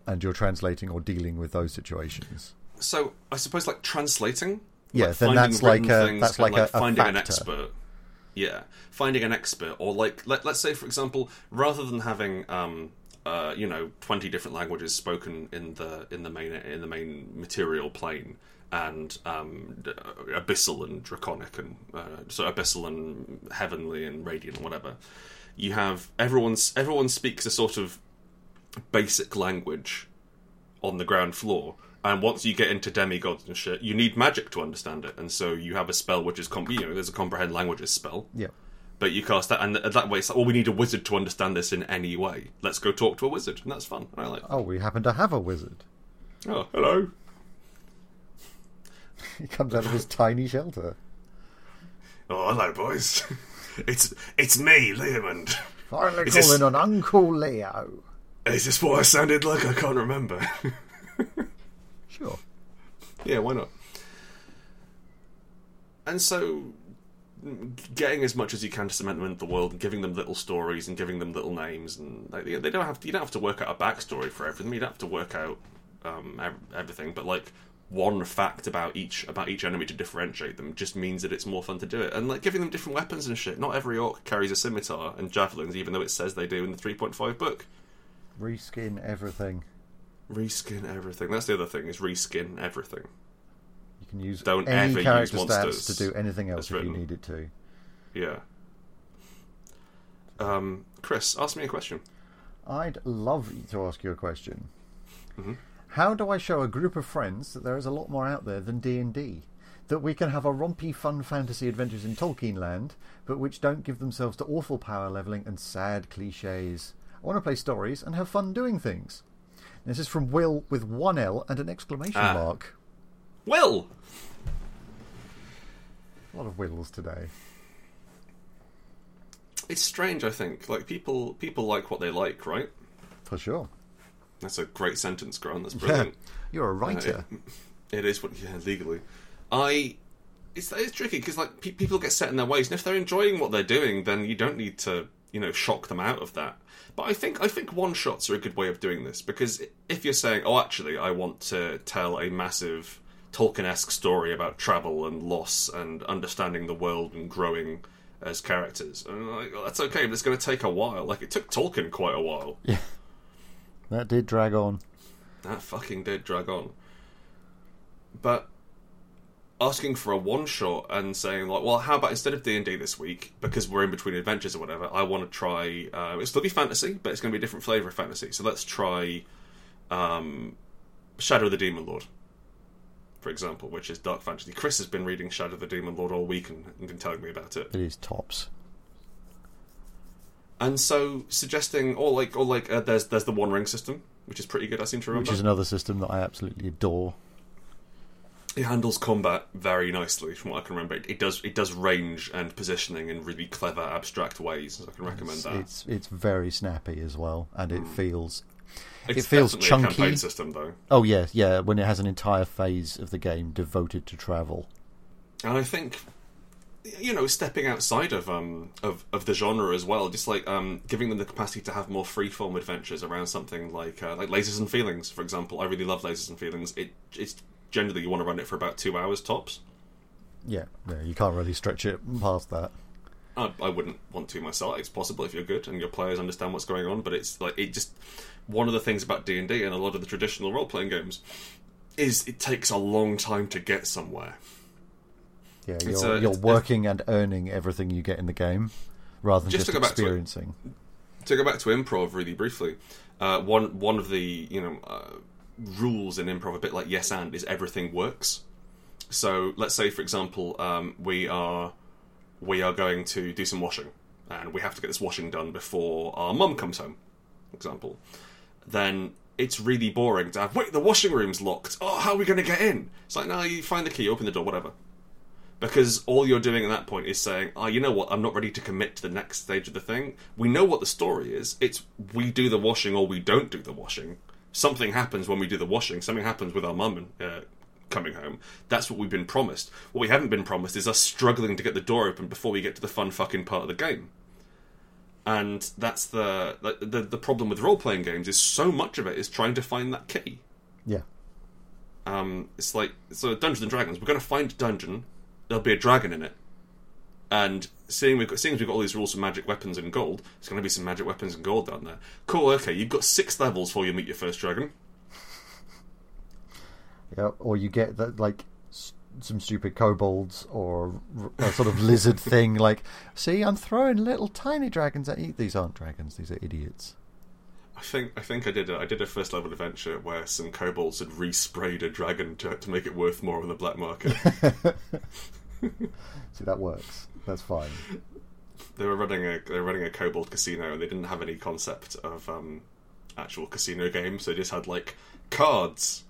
S2: and you're translating or dealing with those situations.
S1: So I suppose like translating.
S2: Yeah,
S1: like,
S2: then
S1: finding
S2: that's like
S1: written
S2: a-
S1: things
S2: that's
S1: and,
S2: like a- a
S1: finding an
S2: factor.
S1: expert. Yeah, finding an expert, or like let, let's say for example, rather than having um, uh, you know twenty different languages spoken in the in the main in the main material plane and um, d- abyssal and draconic and uh, so abyssal and heavenly and radiant and whatever, you have everyone's everyone speaks a sort of basic language on the ground floor. And once you get into demigods and shit, you need magic to understand it. And so you have a spell which is, comp- you know, there's a comprehend languages spell.
S2: Yeah.
S1: But you cast that, and th- that way it's like, well, we need a wizard to understand this in any way. Let's go talk to a wizard. And that's fun. And I like,
S2: Oh, we happen to have a wizard.
S1: oh, hello.
S2: he comes out of his tiny shelter.
S1: Oh, hello, boys. It's it's me, Leomund.
S2: Finally
S1: Is
S2: calling
S1: this-
S2: on Uncle Leo.
S1: Is this what I sounded like? I can't remember.
S2: Sure.
S1: yeah, why not? And so, mm, getting as much as you can to cement them into the world, and giving them little stories, and giving them little names, and like, they they don't have to, you don't have to work out a backstory for everything. You don't have to work out um, ev- everything, but like one fact about each about each enemy to differentiate them just means that it's more fun to do it. And like giving them different weapons and shit. Not every orc carries a scimitar and javelins, even though it says they do in the three point five book.
S2: Reskin everything.
S1: Reskin everything. That's the other thing is reskin everything.
S2: You can use
S1: Don't
S2: any
S1: ever
S2: character
S1: use
S2: stats to
S1: monsters
S2: do anything else
S1: as
S2: if you
S1: written.
S2: need it to.
S1: Yeah. Um, Chris, ask me a question.
S2: I'd love to ask you a question.
S1: Mm-hmm.
S2: How do I show a group of friends that there is a lot more out there than D and D? That we can have a rompy, fun fantasy adventures in Tolkien land, but which don't give themselves to awful power leveling and sad cliches. I want to play stories and have fun doing things. This is from Will with one L and an exclamation
S1: Ah.
S2: mark.
S1: Will!
S2: A lot of Wills today.
S1: It's strange, I think. Like people people like what they like, right?
S2: For sure.
S1: That's a great sentence, Grant. That's brilliant. Uh,
S2: You're a writer.
S1: It is what yeah, legally. I it's it's tricky because like pe- people get set in their ways, and if they're enjoying what they're doing, then you don't need to you know shock them out of that. But I think I think one shots are a good way of doing this because if you're saying, oh, actually, I want to tell a massive Tolkien-esque story about travel and loss and understanding the world and growing as characters, and like, well, that's okay, but it's going to take a while. Like it took Tolkien quite a while.
S2: That did drag on.
S1: That fucking did drag on. But asking for a one shot and saying like, well, how about instead of D and D this week because we're in between adventures or whatever, I want to try. Uh, it's still be fantasy, but it's going to be a different flavor of fantasy. So let's try um, Shadow of the Demon Lord, for example, which is dark fantasy. Chris has been reading Shadow of the Demon Lord all week and, and been telling me about it.
S2: It is tops.
S1: And so suggesting or like or like uh, there's there's the One Ring system, which is pretty good. I seem to remember.
S2: Which is another system that I absolutely adore.
S1: It handles combat very nicely, from what I can remember. It, it does it does range and positioning in really clever, abstract ways. So I can recommend
S2: It's
S1: that.
S2: it's, it's very snappy as well, and it feels.
S1: It's
S2: it feels
S1: definitely
S2: chunky.
S1: A campaign system though,
S2: Oh yeah, yeah. When it has an entire phase of the game devoted to travel,
S1: and I think you know stepping outside of um of, of the genre as well, just like um giving them the capacity to have more freeform adventures around something like uh, like Lasers and Feelings, for example. I really love Lasers and Feelings. It it's generally you want to run it for about two hours tops.
S2: yeah, yeah. You can't really stretch it past that.
S1: I, I wouldn't want to myself. It's possible if you're good and your players understand what's going on, but it's like it just one of the things about D and D and a lot of the traditional role playing games is it takes a long time to get somewhere.
S2: Yeah,
S1: It's
S2: you're
S1: a-
S2: you're
S1: it's-
S2: working and earning everything you get in the game, rather than
S1: Just
S2: just,
S1: to go back to it.
S2: experiencing.
S1: to go back to improv really briefly, uh, one one of the you know uh, rules in improv, a bit like yes and, is everything works. So let's say, for example, um, we are we are going to do some washing, and we have to get this washing done before our mum comes home. For example, then it's really boring to have wait the washing room's locked. Oh, how are we going to get in? It's like no, you find the key, open the door, whatever. Because all you're doing at that point is saying, oh, you know what, I'm not ready to commit to the next stage of the thing. We know what the story is. It's we do the washing or we don't do the washing. Something happens when we do the washing. Something happens with our mum uh, coming home. That's what we've been promised. What we haven't been promised is us struggling to get the door open before we get to the fun fucking part of the game. And that's the the, the, the problem with role playing games is so much of it is trying to find that key.
S2: Yeah,
S1: Um, it's like so Dungeons and Dragons. We're going to find a dungeon. There'll be a dragon in it, and seeing we've got, seeing as we've got all these rules for magic weapons and gold, there's going to be some magic weapons and gold down there. Cool. Okay, you've got six levels before you meet your first dragon.
S2: yeah. Or you get that like s- some stupid kobolds or r- a sort of lizard thing. Like, see, I'm throwing little tiny dragons at you. These aren't dragons. These are idiots.
S1: I think I think I did a, I did a first level adventure where some kobolds had resprayed a dragon to, to make it worth more on the black market.
S2: See, that works. That's fine.
S1: they were running a they were running a kobold casino and they didn't have any concept of um, actual casino games. They just had like cards.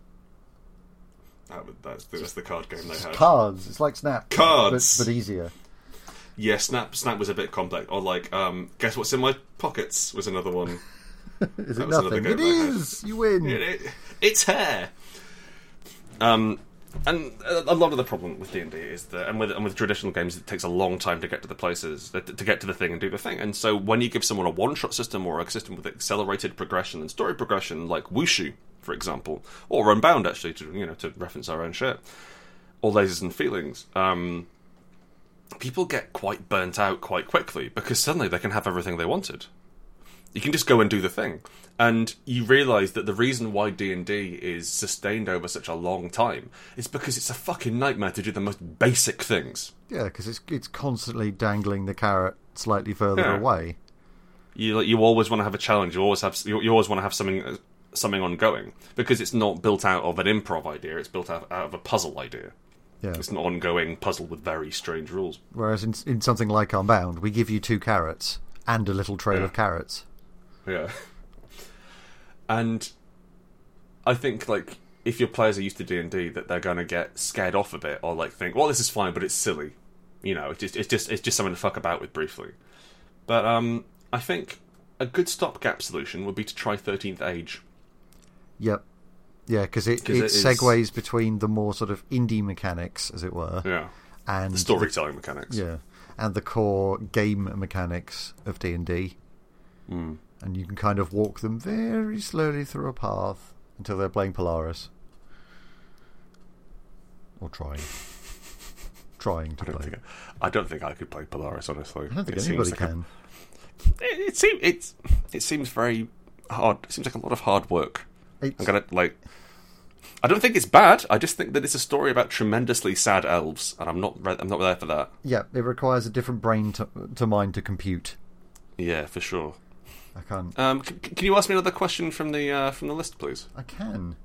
S1: That would, that's, the- that's the card game they
S2: It's
S1: had.
S2: cards. It's like Snap. but-
S1: Cards.
S2: But, easier.
S1: yeah, Snap Snap was a bit complex. Or like, um, guess what's in my pockets was another one.
S2: Is it
S1: was another
S2: nothing?
S1: game
S2: It
S1: I had.
S2: is! You win!
S1: It- it- it's hair. Um, and a a lot of the problem with D and D is that, and with and with traditional games, it takes a long time to get to the places to to get to the thing and do the thing. And so, when you give someone a one shot system or a system with accelerated progression and story progression, like Wushu, for example, or Unbound, actually, to you know, to reference our own shit, or Lasers and Feelings, um, people get quite burnt out quite quickly because suddenly they can have everything they wanted you can just go and do the thing and you realize that the reason why d&d is sustained over such a long time is because it's a fucking nightmare to do the most basic things
S2: Yeah, because it's, it's constantly dangling the carrot slightly further
S1: Yeah.
S2: away.
S1: you like, you always want to have a challenge you always have you, you always want to have something uh, something ongoing because it's not built out of an improv idea it's built out, out of a puzzle idea
S2: Yeah.
S1: it's an ongoing puzzle with very strange rules
S2: Whereas in, in something like Unbound, we give you two carrots and a little trail
S1: Yeah.
S2: of carrots.
S1: Yeah. And I think like if your players are used to D and D, that they're going to get scared off a bit, or like think, "Well, this is fine, but it's silly," you know. It's just it's just it's just something to fuck about with briefly. But um, I think a good stopgap solution would be to try Thirteenth Age.
S2: Yep. Yeah, because it,
S1: 'Cause
S2: it,
S1: it is-
S2: segues between the more sort of indie mechanics, as it were,
S1: Yeah,
S2: and
S1: storytelling mechanics.
S2: yeah, and the core game mechanics of D and D.
S1: Hmm.
S2: And you can kind of walk them very slowly through a path until they're playing Polaris, or trying, trying to
S1: I don't
S2: play.
S1: think I, I don't think I could play Polaris honestly.
S2: I don't think
S1: It seems
S2: anybody
S1: like a-
S2: can.
S1: it it seems it's it seems very hard. It seems like a lot of hard work. I'm
S2: It's-
S1: gonna like. I don't think it's bad. I just think that it's a story about tremendously sad elves, and I'm not. Re- I'm not there for that.
S2: Yeah, it requires a different brain to, to mine to compute.
S1: Yeah, for sure.
S2: I can't.
S1: Um, c- c- can you ask me another question from the uh, from the list, please?
S2: I can.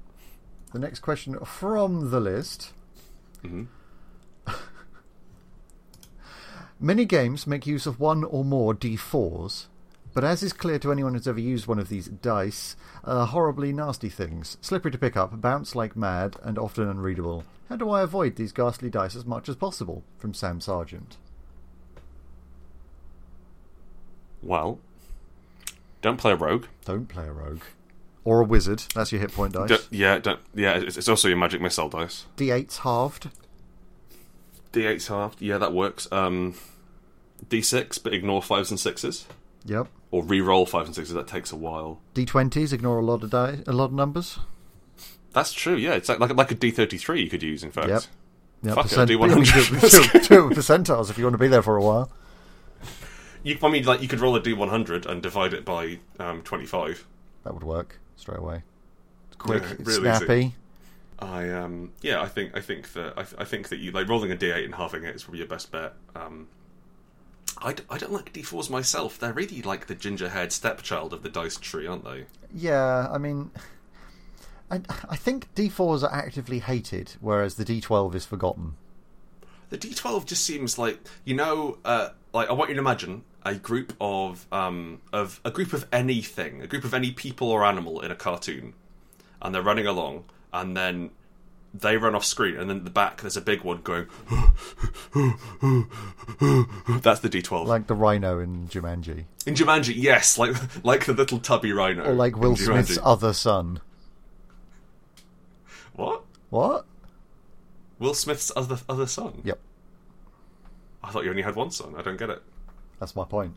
S2: The next question from the list.
S1: Mhm.
S2: Many games make use of one or more d4s, but as is clear to anyone who's ever used one of these dice, are horribly nasty things, slippery to pick up, bounce like mad, and often unreadable. How do I avoid these ghastly dice as much as possible? From Sam Sargent.
S1: Well, don't play a rogue.
S2: Don't play a rogue. Or a wizard. That's your hit point dice.
S1: D- yeah, don't. Yeah, it's, it's also your magic missile dice.
S2: D8's halved.
S1: D8's halved. Yeah, that works. Um, D6, but ignore fives and sixes,
S2: Yep.
S1: or re-roll fives and sixes. That takes a while.
S2: D20s ignore a lot of di- a lot of numbers.
S1: That's true. Yeah, it's like like, like a D33 you could use. In fact.
S2: Yep. Yep,
S1: Fuck it, I'll do
S2: but you can
S1: 100.
S2: do it- do it with percentiles if you want to be there for a while.
S1: You, I mean, like you could roll a d100 and divide it by um, 25.
S2: That would work straight away. It's quick,
S1: Yeah,
S2: it's
S1: real easy.
S2: snappy.
S1: I um, yeah, I think I think that I, I think that you like rolling a d8 and halving it is probably your best bet. Um, I, d- I don't like d4s myself. They're really like the ginger-haired stepchild of the dice tree, aren't they?
S2: Yeah, I mean, I, I think D4s are actively hated, whereas the D12 is forgotten.
S1: The d12 just seems like you know, uh, like I want you to imagine a group of um of a group of anything, a group of any people or animal in a cartoon, and they're running along, and then they run off screen, and then at the back there's a big one going. That's the d12.
S2: Like the rhino in Jumanji.
S1: In Jumanji, yes, like like the little tubby rhino.
S2: Or like Will
S1: in Jumanji.
S2: Smith's other son.
S1: What?
S2: What?
S1: Will Smith's other other son?
S2: Yep,
S1: I thought you only had one son. I don't get it.
S2: that's my point.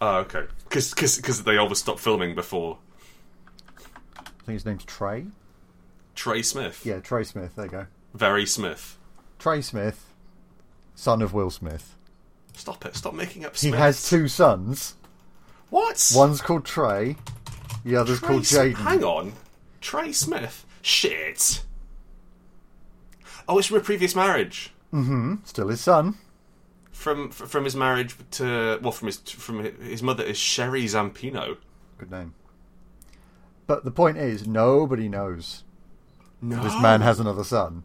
S1: Oh, okay. Because they always stopped filming before
S2: I think his name's Trey.
S1: Trey Smith.
S2: Yeah, Trey Smith, there you go.
S1: Very Smith.
S2: Trey Smith, son of Will Smith.
S1: Stop it. Stop making up
S2: He
S1: Smith.
S2: has two sons.
S1: What?
S2: One's called Trey, the other's
S1: Trey
S2: called
S1: S-
S2: Jaden.
S1: Hang on. Trey Smith? Shit. Oh, it's from a previous marriage.
S2: Still his son.
S1: From f- from his marriage to well, from his from his mother is Sherry Zampino.
S2: Good name. But the point is, nobody knows
S1: No,
S2: this man has another son.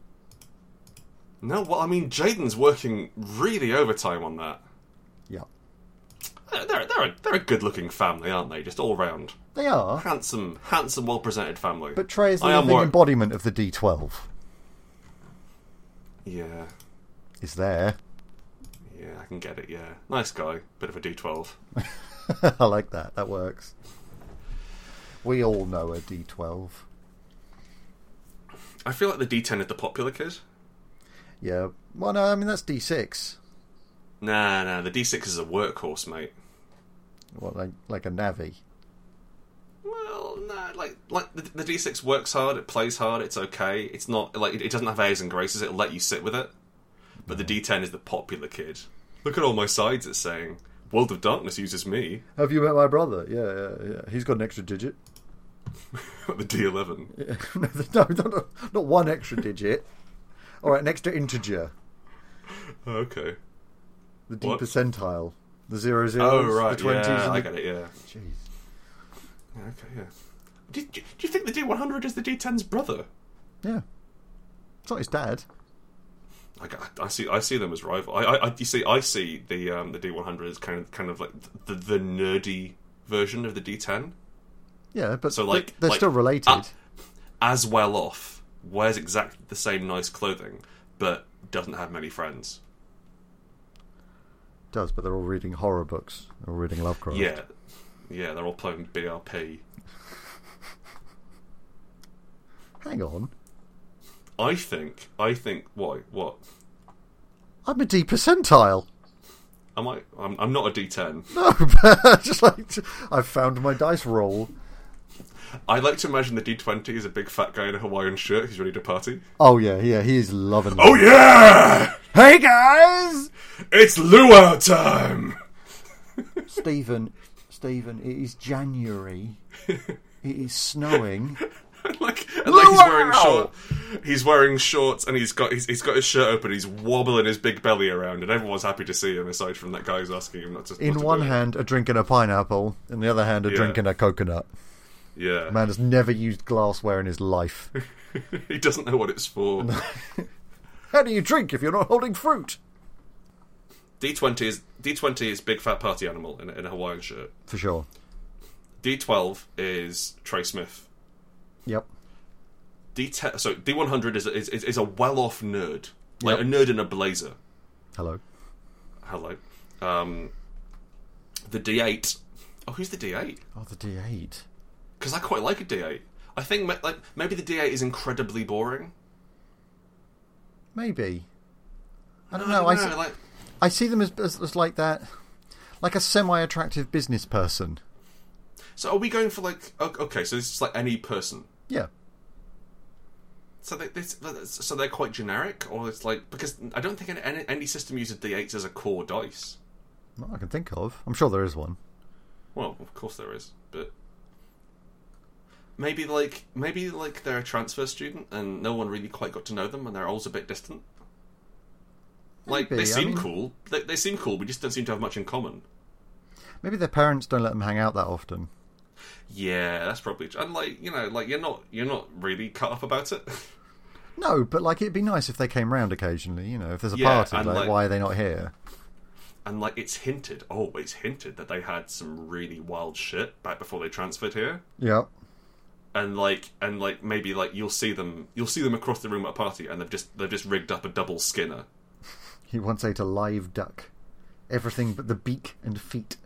S1: No, well, I mean, Jaden's working really overtime on that.
S2: Yeah.
S1: They're they're they're a, they're a good-looking family, aren't they? Just all round
S2: They are.
S1: handsome, handsome, well-presented family.
S2: But Trey is the
S1: I am
S2: living
S1: wor-
S2: embodiment of the D12.
S1: Yeah.
S2: is there.
S1: Yeah, I can get it. Yeah, nice guy. Bit of a D twelve.
S2: I like that. That works. We all know a D12.
S1: I feel like the D ten is the popular kid.
S2: Yeah. Well, no, I mean, that's D6.
S1: Nah, nah. The D six is a workhorse, mate.
S2: What, like, like a Navi?
S1: Well, nah. Like, like the, the D six works hard. It plays hard. It's okay. It's not like it, it doesn't have airs and graces. It'll let you sit with it. But the D ten is the popular kid. Look at all my sides. It's saying World of Darkness uses me.
S2: Have you met my brother? Yeah, yeah, yeah. He's got an extra digit.
S1: the D eleven.
S2: Yeah. no, no, no, no, not one extra digit. All right, an extra integer.
S1: Okay.
S2: The D
S1: What?
S2: percentile. The zero zeros,
S1: Oh right.
S2: the 20s.
S1: yeah,
S2: and
S1: I
S2: the...
S1: get it. Yeah.
S2: Jeez.
S1: Yeah, Okay, yeah. Do, do, do you think the D100 is the D10's brother?
S2: Yeah. It's not his dad.
S1: I, I- I see. I see them as rival. I, I, I- you see, I see the um, the D100 as kind of kind of like the the nerdy version of the D10.
S2: Yeah, but
S1: So
S2: they-
S1: like
S2: they're
S1: like, uh,
S2: still related.
S1: a- as well off, wears exactly the same nice clothing, but doesn't have many friends.
S2: Does, but they're all reading horror books. They're all reading Lovecraft.
S1: Yeah, yeah. They're all playing BRP.
S2: Hang on.
S1: I think. I think. Why? What?
S2: I'm a D percentile.
S1: Am I? I'm, I'm not a D10.
S2: No, but just like I've found my dice roll.
S1: I like to imagine the D20 is a big fat guy in a Hawaiian shirt who's ready to party.
S2: Oh yeah, yeah, he is loving.
S1: Oh yeah!
S2: Hey guys,
S1: It's luau time!
S2: Stephen, Stephen, it is January. It is snowing.
S1: like, like he's wearing
S2: Luau!
S1: shorts. He's wearing shorts and he's got he's, he's got his shirt open. He's wobbling his big belly around, and everyone's happy to see him. Aside from that guy who's asking him not to. not
S2: In
S1: to
S2: one
S1: do it.
S2: hand, a drink and a pineapple. In the other hand, a drink
S1: Yeah.
S2: and a coconut.
S1: yeah,
S2: Man has never used glassware in his life.
S1: he doesn't know what it's for.
S2: How do you drink if you're not holding fruit?
S1: D20 is D20 is big fat party animal in, a- in a Hawaiian shirt.
S2: For sure.
S1: D12 is Trey Smith.
S2: Yep.
S1: D10 so D100 is is, is, is a well off nerd, like
S2: Yep.
S1: a nerd in a blazer.
S2: Hello.
S1: Hello. Um, the D8. Oh, who's the D8?
S2: Oh, the D8.
S1: Because I quite like a D8. I think ma- like maybe the D8 is incredibly boring.
S2: Maybe. I don't
S1: I
S2: know.
S1: don't
S2: I,
S1: know,
S2: see,
S1: like
S2: I see them as, as, as like that, like a semi-attractive business person.
S1: so. Are we going for like o- okay? So this is like any person.
S2: Yeah.
S1: So they, this, so they're quite generic, or it's like because I don't think any- any any system uses D8s as a core dice.
S2: Not I can think of. I'm sure there is one.
S1: Well, of course there is, but maybe like maybe like they're a transfer student and no one really quite got to know them, and they're always a bit distant. Like
S2: Maybe,
S1: they
S2: I
S1: seem
S2: mean-
S1: cool. They, they seem cool. We just don't seem to have much in common.
S2: Maybe their parents don't let them hang out that often.
S1: Yeah, that's probably. tr- And like you know, like you're not you're not really cut up about it.
S2: No, but like it'd be nice if they came round occasionally. You know, if there's a
S1: Yeah,
S2: party,
S1: and,
S2: like,
S1: like-
S2: why are they not here?
S1: and like it's hinted. Oh, it's hinted that they had some really wild shit back before they transferred here.
S2: Yep.
S1: And like and like maybe like you'll see them you'll see them across the room at a party, and they've just they've just rigged up a double Skinner.
S2: He once ate a live duck, everything but the beak and feet.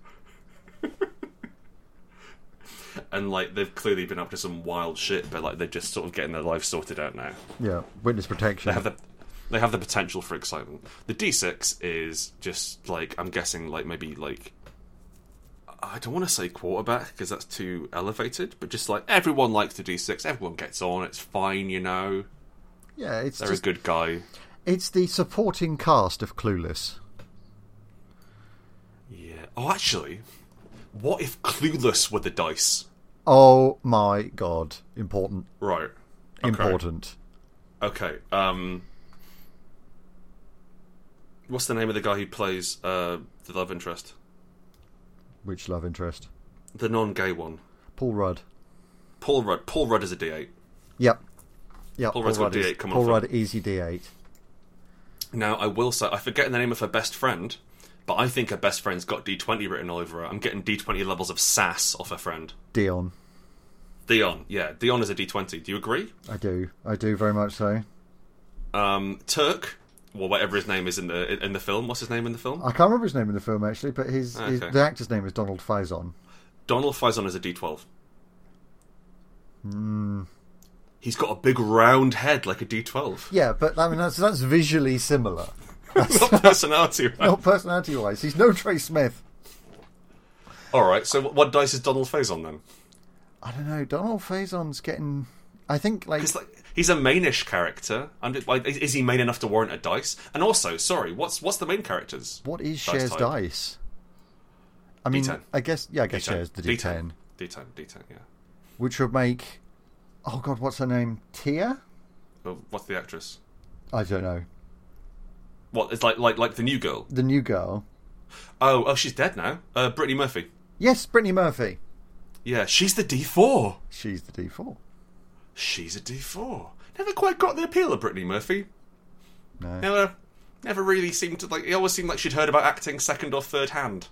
S1: and like they've clearly been up to some wild shit, but like they're just sort of getting their lives sorted out now.
S2: Yeah, witness protection.
S1: They have the they have the potential for excitement. The D six is just like I'm guessing like maybe like I don't want to say quarterback because that's too elevated, but just like everyone likes the D six, everyone gets on, it's fine, you know.
S2: yeah, it's
S1: They're a
S2: just,
S1: good guy.
S2: it's the supporting cast of Clueless.
S1: Yeah. Oh, actually, what if Clueless were the dice?
S2: Oh my god, important,
S1: Right. Okay.
S2: important.
S1: Okay. Um, what's the name of the guy who plays uh, the love interest?
S2: Which love interest?
S1: The non-gay one.
S2: Paul Rudd.
S1: Paul Rudd. Paul Rudd is a D8.
S2: Yep. Yep.
S1: Paul Rudd's got
S2: is-
S1: D8 coming
S2: Paul
S1: off
S2: Rudd, easy D8.
S1: Now I will say I forget the name of her best friend, but I think her best friend's got D20 written all over her. I'm getting D20 levels of sass off her friend.
S2: Dion.
S1: Dion. Yeah, Dion is a D20. Do you agree?
S2: I do. I do very much so.
S1: Um, Turk. well, whatever his name is in the in the film. What's his name in the film?
S2: I can't remember his name in the film actually, but his, his
S1: Ah, Okay.
S2: the actor's name is Donald Faison.
S1: Donald Faison is a D12. He's got a big round head like a D12.
S2: Yeah, but I mean that's that's visually similar.
S1: Not personality. Right?
S2: Not personality wise, he's no Trey Smith.
S1: All right. So what dice is Donald Faison then?
S2: I don't know. Donald Faison's getting. I think like
S1: Because like he's a mainish character. I'm just, like, is- is he main enough to warrant a dice? And also, sorry, what's what's the main characters?
S2: what is
S1: dice
S2: Shares
S1: type?
S2: dice? I mean,
S1: D10.
S2: I guess yeah, I guess Shares the D10,
S1: D10. D10. Yeah.
S2: which would make. Oh God, what's her name? Tia?
S1: Well, what's the actress?
S2: I don't know.
S1: What it's like like like the new girl.
S2: The new girl.
S1: Oh oh, she's dead now. Uh, Brittany Murphy.
S2: Yes, Brittany Murphy.
S1: Yeah, she's the D4.
S2: She's the D4.
S1: She's a D4. Never quite got the appeal of Brittany Murphy.
S2: No.
S1: Never, never really seemed to like. It always seemed like she'd heard about acting second or third hand.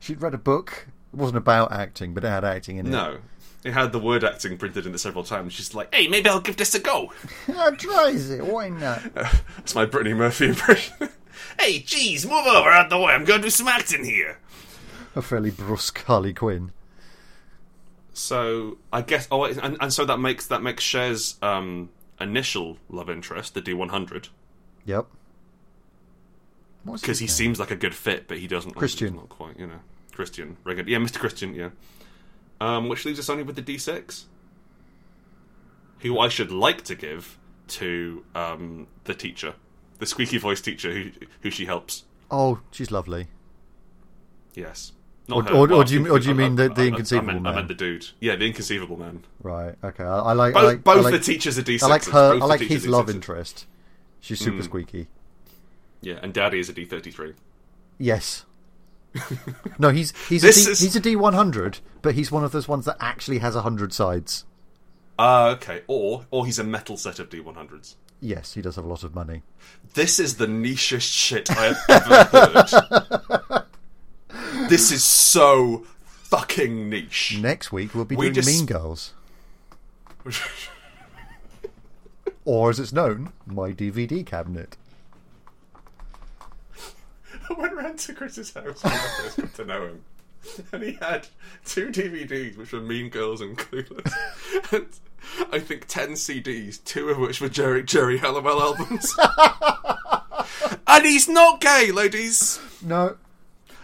S2: She'd read a book. It wasn't about acting, but it had acting in it.
S1: No, it had the word acting printed in it several times. She's like, "Hey, maybe I'll give this a go."
S2: I tries it. Why not?
S1: That's my Brittany Murphy impression. hey, geez, move over out the way. I'm going to do some acting here.
S2: A fairly brusque Harley Quinn.
S1: So I guess. Oh, and, and so that makes that makes Cher's um, initial love interest the D100
S2: Yep. What's
S1: because
S2: his
S1: he
S2: name?
S1: seems like a good fit, but he doesn't.
S2: Christian.
S1: not quite. You know, Christian. Regular. Yeah, Mr. Christian. Yeah. Um, which leaves us only with the D6, who I should like to give to um, the teacher, the squeaky voice teacher who who she helps.
S2: Oh, she's lovely.
S1: Yes.
S2: Or-
S1: Not her.
S2: or- or
S1: Well,
S2: do you-
S1: I think-
S2: or do you
S1: I-
S2: mean
S1: I-
S2: the- the
S1: I- I-
S2: inconceivable
S1: I meant, I
S2: man?
S1: meant the dude. Yeah, the inconceivable man.
S2: Right. Okay. I, I like. I
S1: Both,
S2: like, I
S1: both
S2: like,
S1: the teachers are D6.
S2: I like her. I like his love interest. She's
S1: Hmm.
S2: super squeaky.
S1: Yeah, and daddy is a D33.
S2: Yes. no, he's he's a D,
S1: This is-
S2: he's a D one hundred, but he's one of those ones that actually has hundred sides.
S1: Ah, okay. Or or he's a metal set of D100s.
S2: Yes, he does have a lot of money.
S1: This is the nichest shit I have ever heard. this is so fucking niche.
S2: Next week we'll be
S1: We
S2: doing
S1: just-
S2: Mean Girls, or as it's known, my DVD cabinet.
S1: I went round to Chris's house when I first got to know him, and he had two DVDs, which were Mean Girls and Clueless, and I think ten CDs, two of which were Jerry Jerry Halliwell albums. and he's not gay, ladies.
S2: No,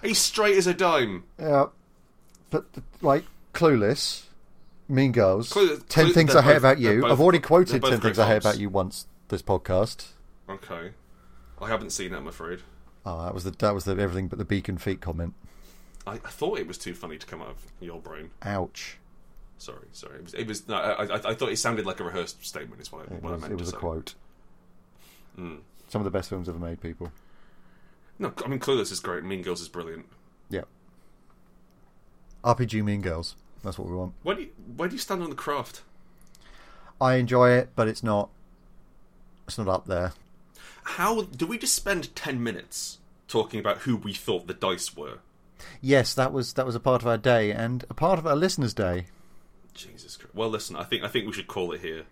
S1: He's straight as a dime.
S2: yeah, but like Clueless, Mean Girls,
S1: Clueless-
S2: Ten
S1: Clue-
S2: Things
S1: they're
S2: I Hate
S1: both-
S2: About
S1: they're
S2: You.
S1: both-
S2: I've already
S1: they're
S2: quoted
S1: both
S2: Ten
S1: great
S2: Things I Hate
S1: films.
S2: About You once this podcast.
S1: Okay, I haven't seen that. I'm afraid.
S2: Oh, that was the that was the everything but the beacon feet comment.
S1: I, I thought it was too funny to come out of your brain.
S2: Ouch.
S1: Sorry, sorry. It was. It was no, I, I, I thought it sounded like a rehearsed statement. Is what I,
S2: It
S1: what I
S2: was,
S1: meant
S2: it was
S1: to
S2: a
S1: say. Hmm.
S2: quote. Some of the best films ever made, people.
S1: No, I mean Clueless is great. Mean Girls is brilliant.
S2: Yeah. RPG Mean Girls. That's what we want.
S1: Where do you, where do you stand on the craft?
S2: I enjoy it, but it's not. It's not up there.
S1: How do we just spend ten minutes talking about who we thought the dice were?
S2: Yes, that was that was a part of our day and a part of our listeners' day.
S1: Jesus Christ. Well, listen, I think I think we should call it here.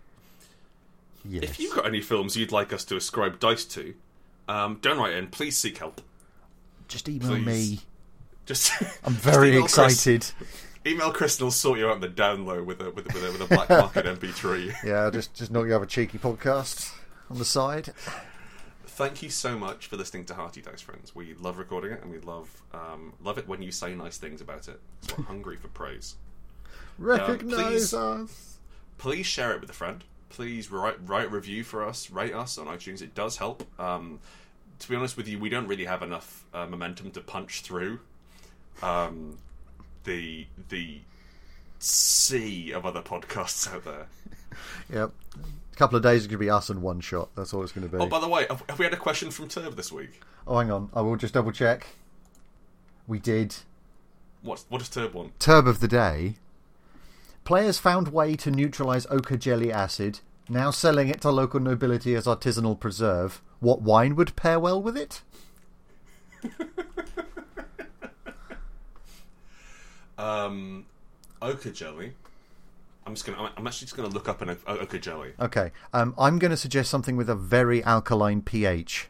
S2: Yes.
S1: If you've got any films you'd like us to ascribe dice to, um, don't write in. Please seek help.
S2: Just email
S1: Please.
S2: me.
S1: Just
S2: I'm very
S1: email Chris.
S2: excited.
S1: email Chris and he'll sort you out in the down low with a with a, with a, with a black market MP3.
S2: Yeah, just just know you have a cheeky podcast on the side.
S1: Thank you so much for listening to Hearty Dice Friends. We love recording it and we love um, love it when you say nice things about it. 'cause We're hungry for praise.
S2: Recognize
S1: please.
S2: us.
S1: please share it with a friend. Please write write a review for us, rate us on iTunes. It does help. Um, to be honest with you, we don't really have enough uh, momentum to punch through um, the the sea of other podcasts out there.
S2: Yep. A couple of days is going to be us and one shot. That's all it's going to be.
S1: Oh, by the way, have, have we had a question from Turb this week?
S2: Oh, hang on. I will just double check. We did.
S1: What what does Turb want?
S2: Turb of the day. Players found way to neutralise ochre jelly acid, now selling it to local nobility as artisanal preserve. What wine would pair well with it?
S1: Um, ochre jelly. I'm just gonna. I'm actually just gonna look up an o- Oka jelly.
S2: Okay. Um, I'm going to suggest something with a very alkaline pH.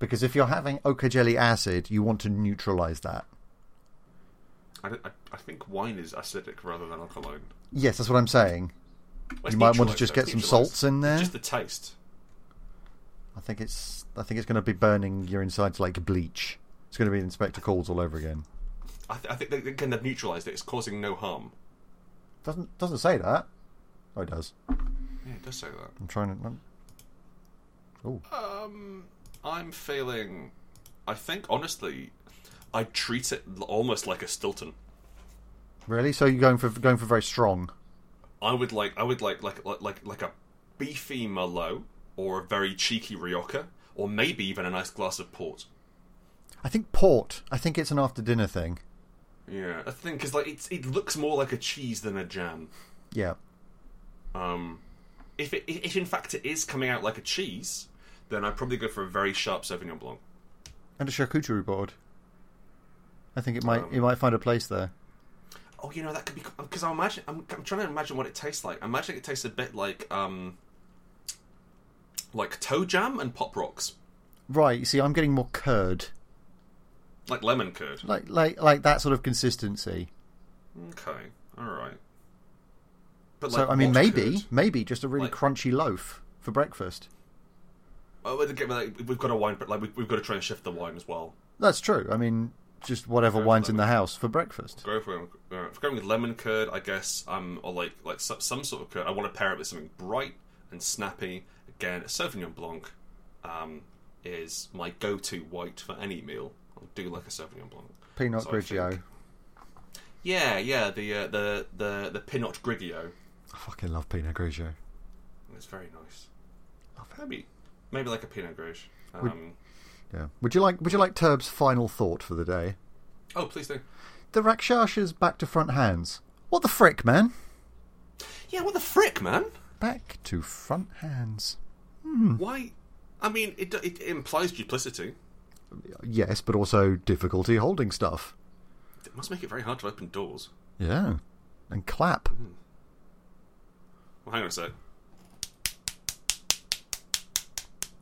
S2: Because if you're having oka jelly acid, you want to neutralize that.
S1: I, don't, I, I think wine is acidic rather than alkaline.
S2: Yes, that's what I'm saying.
S1: Well,
S2: You might want to
S1: neutralised,
S2: just
S1: though.
S2: get some
S1: Neutralised.
S2: salts in there.
S1: Just the taste.
S2: I think it's I think it's going to be burning your insides like bleach. It's going to be Inspector Calls all over again.
S1: I, th- I think they, they kind of neutralised it. It's causing no harm.
S2: Doesn't doesn't say that. Oh, it does.
S1: Yeah, it does say that.
S2: I'm trying to. um, I'm- Oh,
S1: Um, I'm feeling. I think honestly, I treat it l- almost like a Stilton.
S2: really? So you're going for going for very strong?
S1: I would like. I would like like like like, like a beefy Merlot or a very cheeky Rioja or maybe even a nice glass of port.
S2: I think port. I think it's an after dinner thing.
S1: Yeah, I think because like it's it looks more like a cheese than a jam.
S2: Yeah.
S1: Um, if it if in fact it is coming out like a cheese, then I'd probably go for a very sharp Sauvignon Blanc.
S2: and a charcuterie board. I think it might it might find a place there.
S1: Oh, you know that could be because I imagine I'm, I'm trying to imagine what it tastes like. I imagine it tastes a bit like um, like toe jam and pop rocks,
S2: Right, you see, I'm getting more curd,
S1: like lemon curd.
S2: like like like that sort of consistency.
S1: Okay, all right. But
S2: so I mean,
S1: what
S2: maybe
S1: curd?
S2: maybe just a really
S1: Like-
S2: crunchy loaf for breakfast.
S1: Oh, we'll get- like, we've got a wine, but like we, we've got to try and shift the wine as well.
S2: That's true. I mean, just whatever wine's in the house for breakfast.
S1: Go for uh, if we're going with lemon curd, I guess. Um, or like like some, some sort of curd. I want to pair it with something bright and snappy. Again, a Sauvignon Blanc um, is my go-to white for any meal. I do like a Sauvignon Blanc.
S2: Pinot
S1: So I
S2: Grigio.
S1: think- Yeah, yeah. The uh, the the the Pinot Grigio.
S2: I fucking love Pinot Grigio.
S1: It's very nice.
S2: Love it.
S1: Maybe maybe like a Pinot Grigio. Um,
S2: Yeah. Would you like Would you like Turb's final thought for the day?
S1: Oh, please do.
S2: The Rakshas's back to front hands. What the frick, man?
S1: Yeah, what the frick, man?
S2: Back to front hands.
S1: Why? I mean, it, it implies duplicity.
S2: Yes, but also difficulty holding stuff.
S1: It must make it very hard to open doors.
S2: Yeah. And clap.
S1: Well, hang on a sec.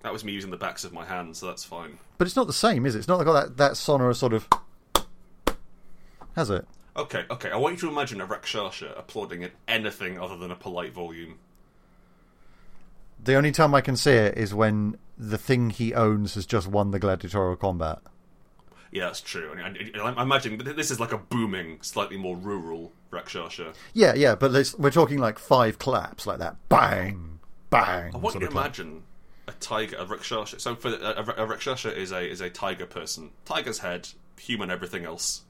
S1: That was me using the backs of my hands, so that's fine.
S2: But it's not the same, is it? It's not got that, that sonorous sort of. Has it?
S1: Okay, okay. I want you to imagine a Rakshasha applauding at anything other than a polite volume.
S2: The only time I can see it is when the thing he owns has just won the gladiatorial combat.
S1: Yeah, that's true. And I, I, I imagine that this is like a booming, slightly more rural Rakshasha.
S2: Yeah, yeah, but this, we're talking like five claps like that. Bang! Bang!
S1: I want
S2: sort
S1: you to
S2: of clap.
S1: imagine a tiger, a Rakshasha. So for the, a, a Rakshasha is a is a tiger person, tiger's head, human, everything else,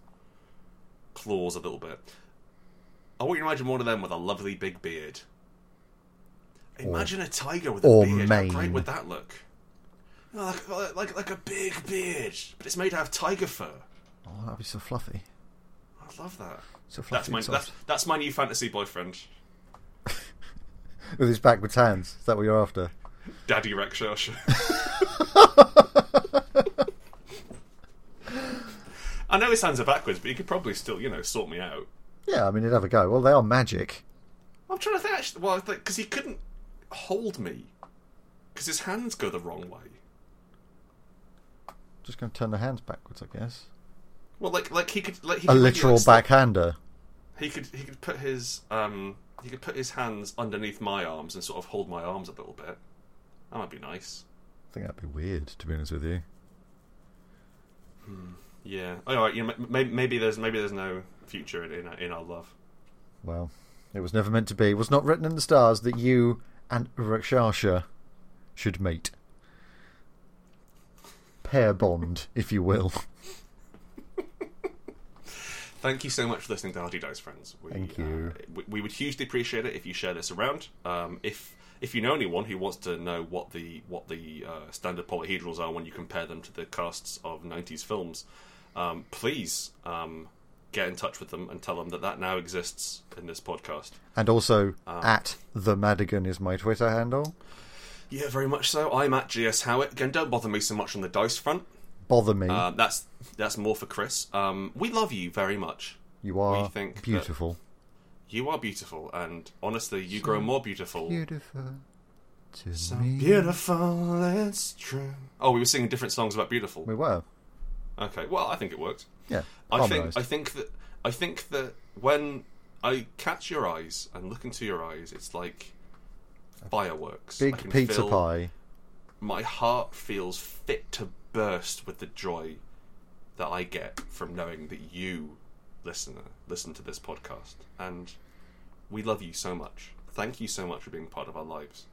S1: claws a little bit. I want you to imagine one of them with a lovely big beard. Imagine a tiger with a
S2: or
S1: beard. How
S2: mane.
S1: great would that look? No, Like, like like like a big beard, but it's made out of tiger fur.
S2: Oh, that'd be so fluffy.
S1: I love that.
S2: So fluffy.
S1: That's my
S2: and soft.
S1: that's, that's my new fantasy boyfriend,
S2: With his backwards hands. Is that what you're after?
S1: Daddy Rakshasha. I know his hands are backwards, but he could probably still, you know, sort me out.
S2: Yeah, I mean, he'd have a go. Well, they are magic.
S1: I'm trying to think. Actually, well, because he couldn't hold me because his hands go the wrong way.
S2: Just going to turn the hands backwards, I guess.
S1: Well, like like he could like he
S2: A
S1: could maybe,
S2: literal
S1: like, slip-
S2: backhander.
S1: He could he could put his um he could put his hands underneath my arms and sort of hold my arms a little bit. That might be nice.
S2: I think that'd be weird, to be honest with you.
S1: Yeah. All right. You know, maybe, maybe there's maybe there's no future in in our, in our love.
S2: Well, it was never meant to be. It was not written in the stars that you and Rakshasha should mate. Pair bond, if you will.
S1: Thank you so much for listening to Hardy Dice Friends. We,
S2: Thank you.
S1: uh, we, we would hugely appreciate it if you share this around. Um, if if you know anyone who wants to know what the what the uh, standard polyhedrals are when you compare them to the casts of '90s films, um, please um, get in touch with them and tell them that that now exists in this podcast.
S2: And also,
S1: Ah.
S2: at the Madigan is my Twitter handle.
S1: Yeah, very much so. I'm at GS Howitt. Again, don't bother me so much on the dice front.
S2: Bother me,
S1: Um, that's that's more for Chris. Um, we love you very much.
S2: you are
S1: we think that-
S2: beautiful.
S1: You are beautiful, and honestly, you grow more beautiful.
S2: Beautiful to
S1: So
S2: me.
S1: beautiful, it's true. Oh, we were singing different songs about beautiful.
S2: We were.
S1: Okay, well, I think it worked.
S2: Yeah.
S1: I think
S2: harmonised.
S1: I think that I think that when I catch your eyes and look into your eyes, it's like fireworks. I
S2: Big
S1: can
S2: pizza
S1: feel-
S2: pie.
S1: My heart feels fit to burst with the joy that I get from knowing that you, listener, listen to this podcast, and we love you so much. Thank you so much for being part of our lives.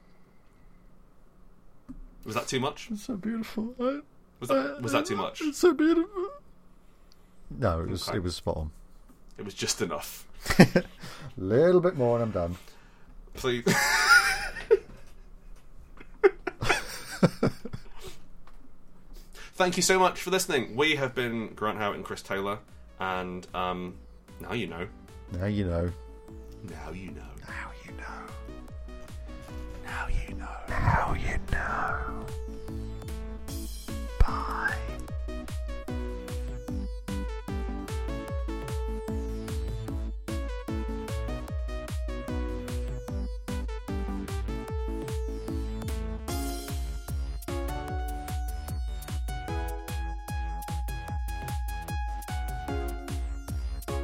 S1: Was that too much?
S2: It's so beautiful. I,
S1: Was that, was that too much?
S2: so beautiful. No, it was
S1: Okay.
S2: it was spot on.
S1: It was just enough.
S2: Little bit more and I'm done.
S1: Please. Thank you so much for listening. We have been Grant Howard and Chris Taylor, and um, now you know.
S2: Now you know.
S1: Now you know.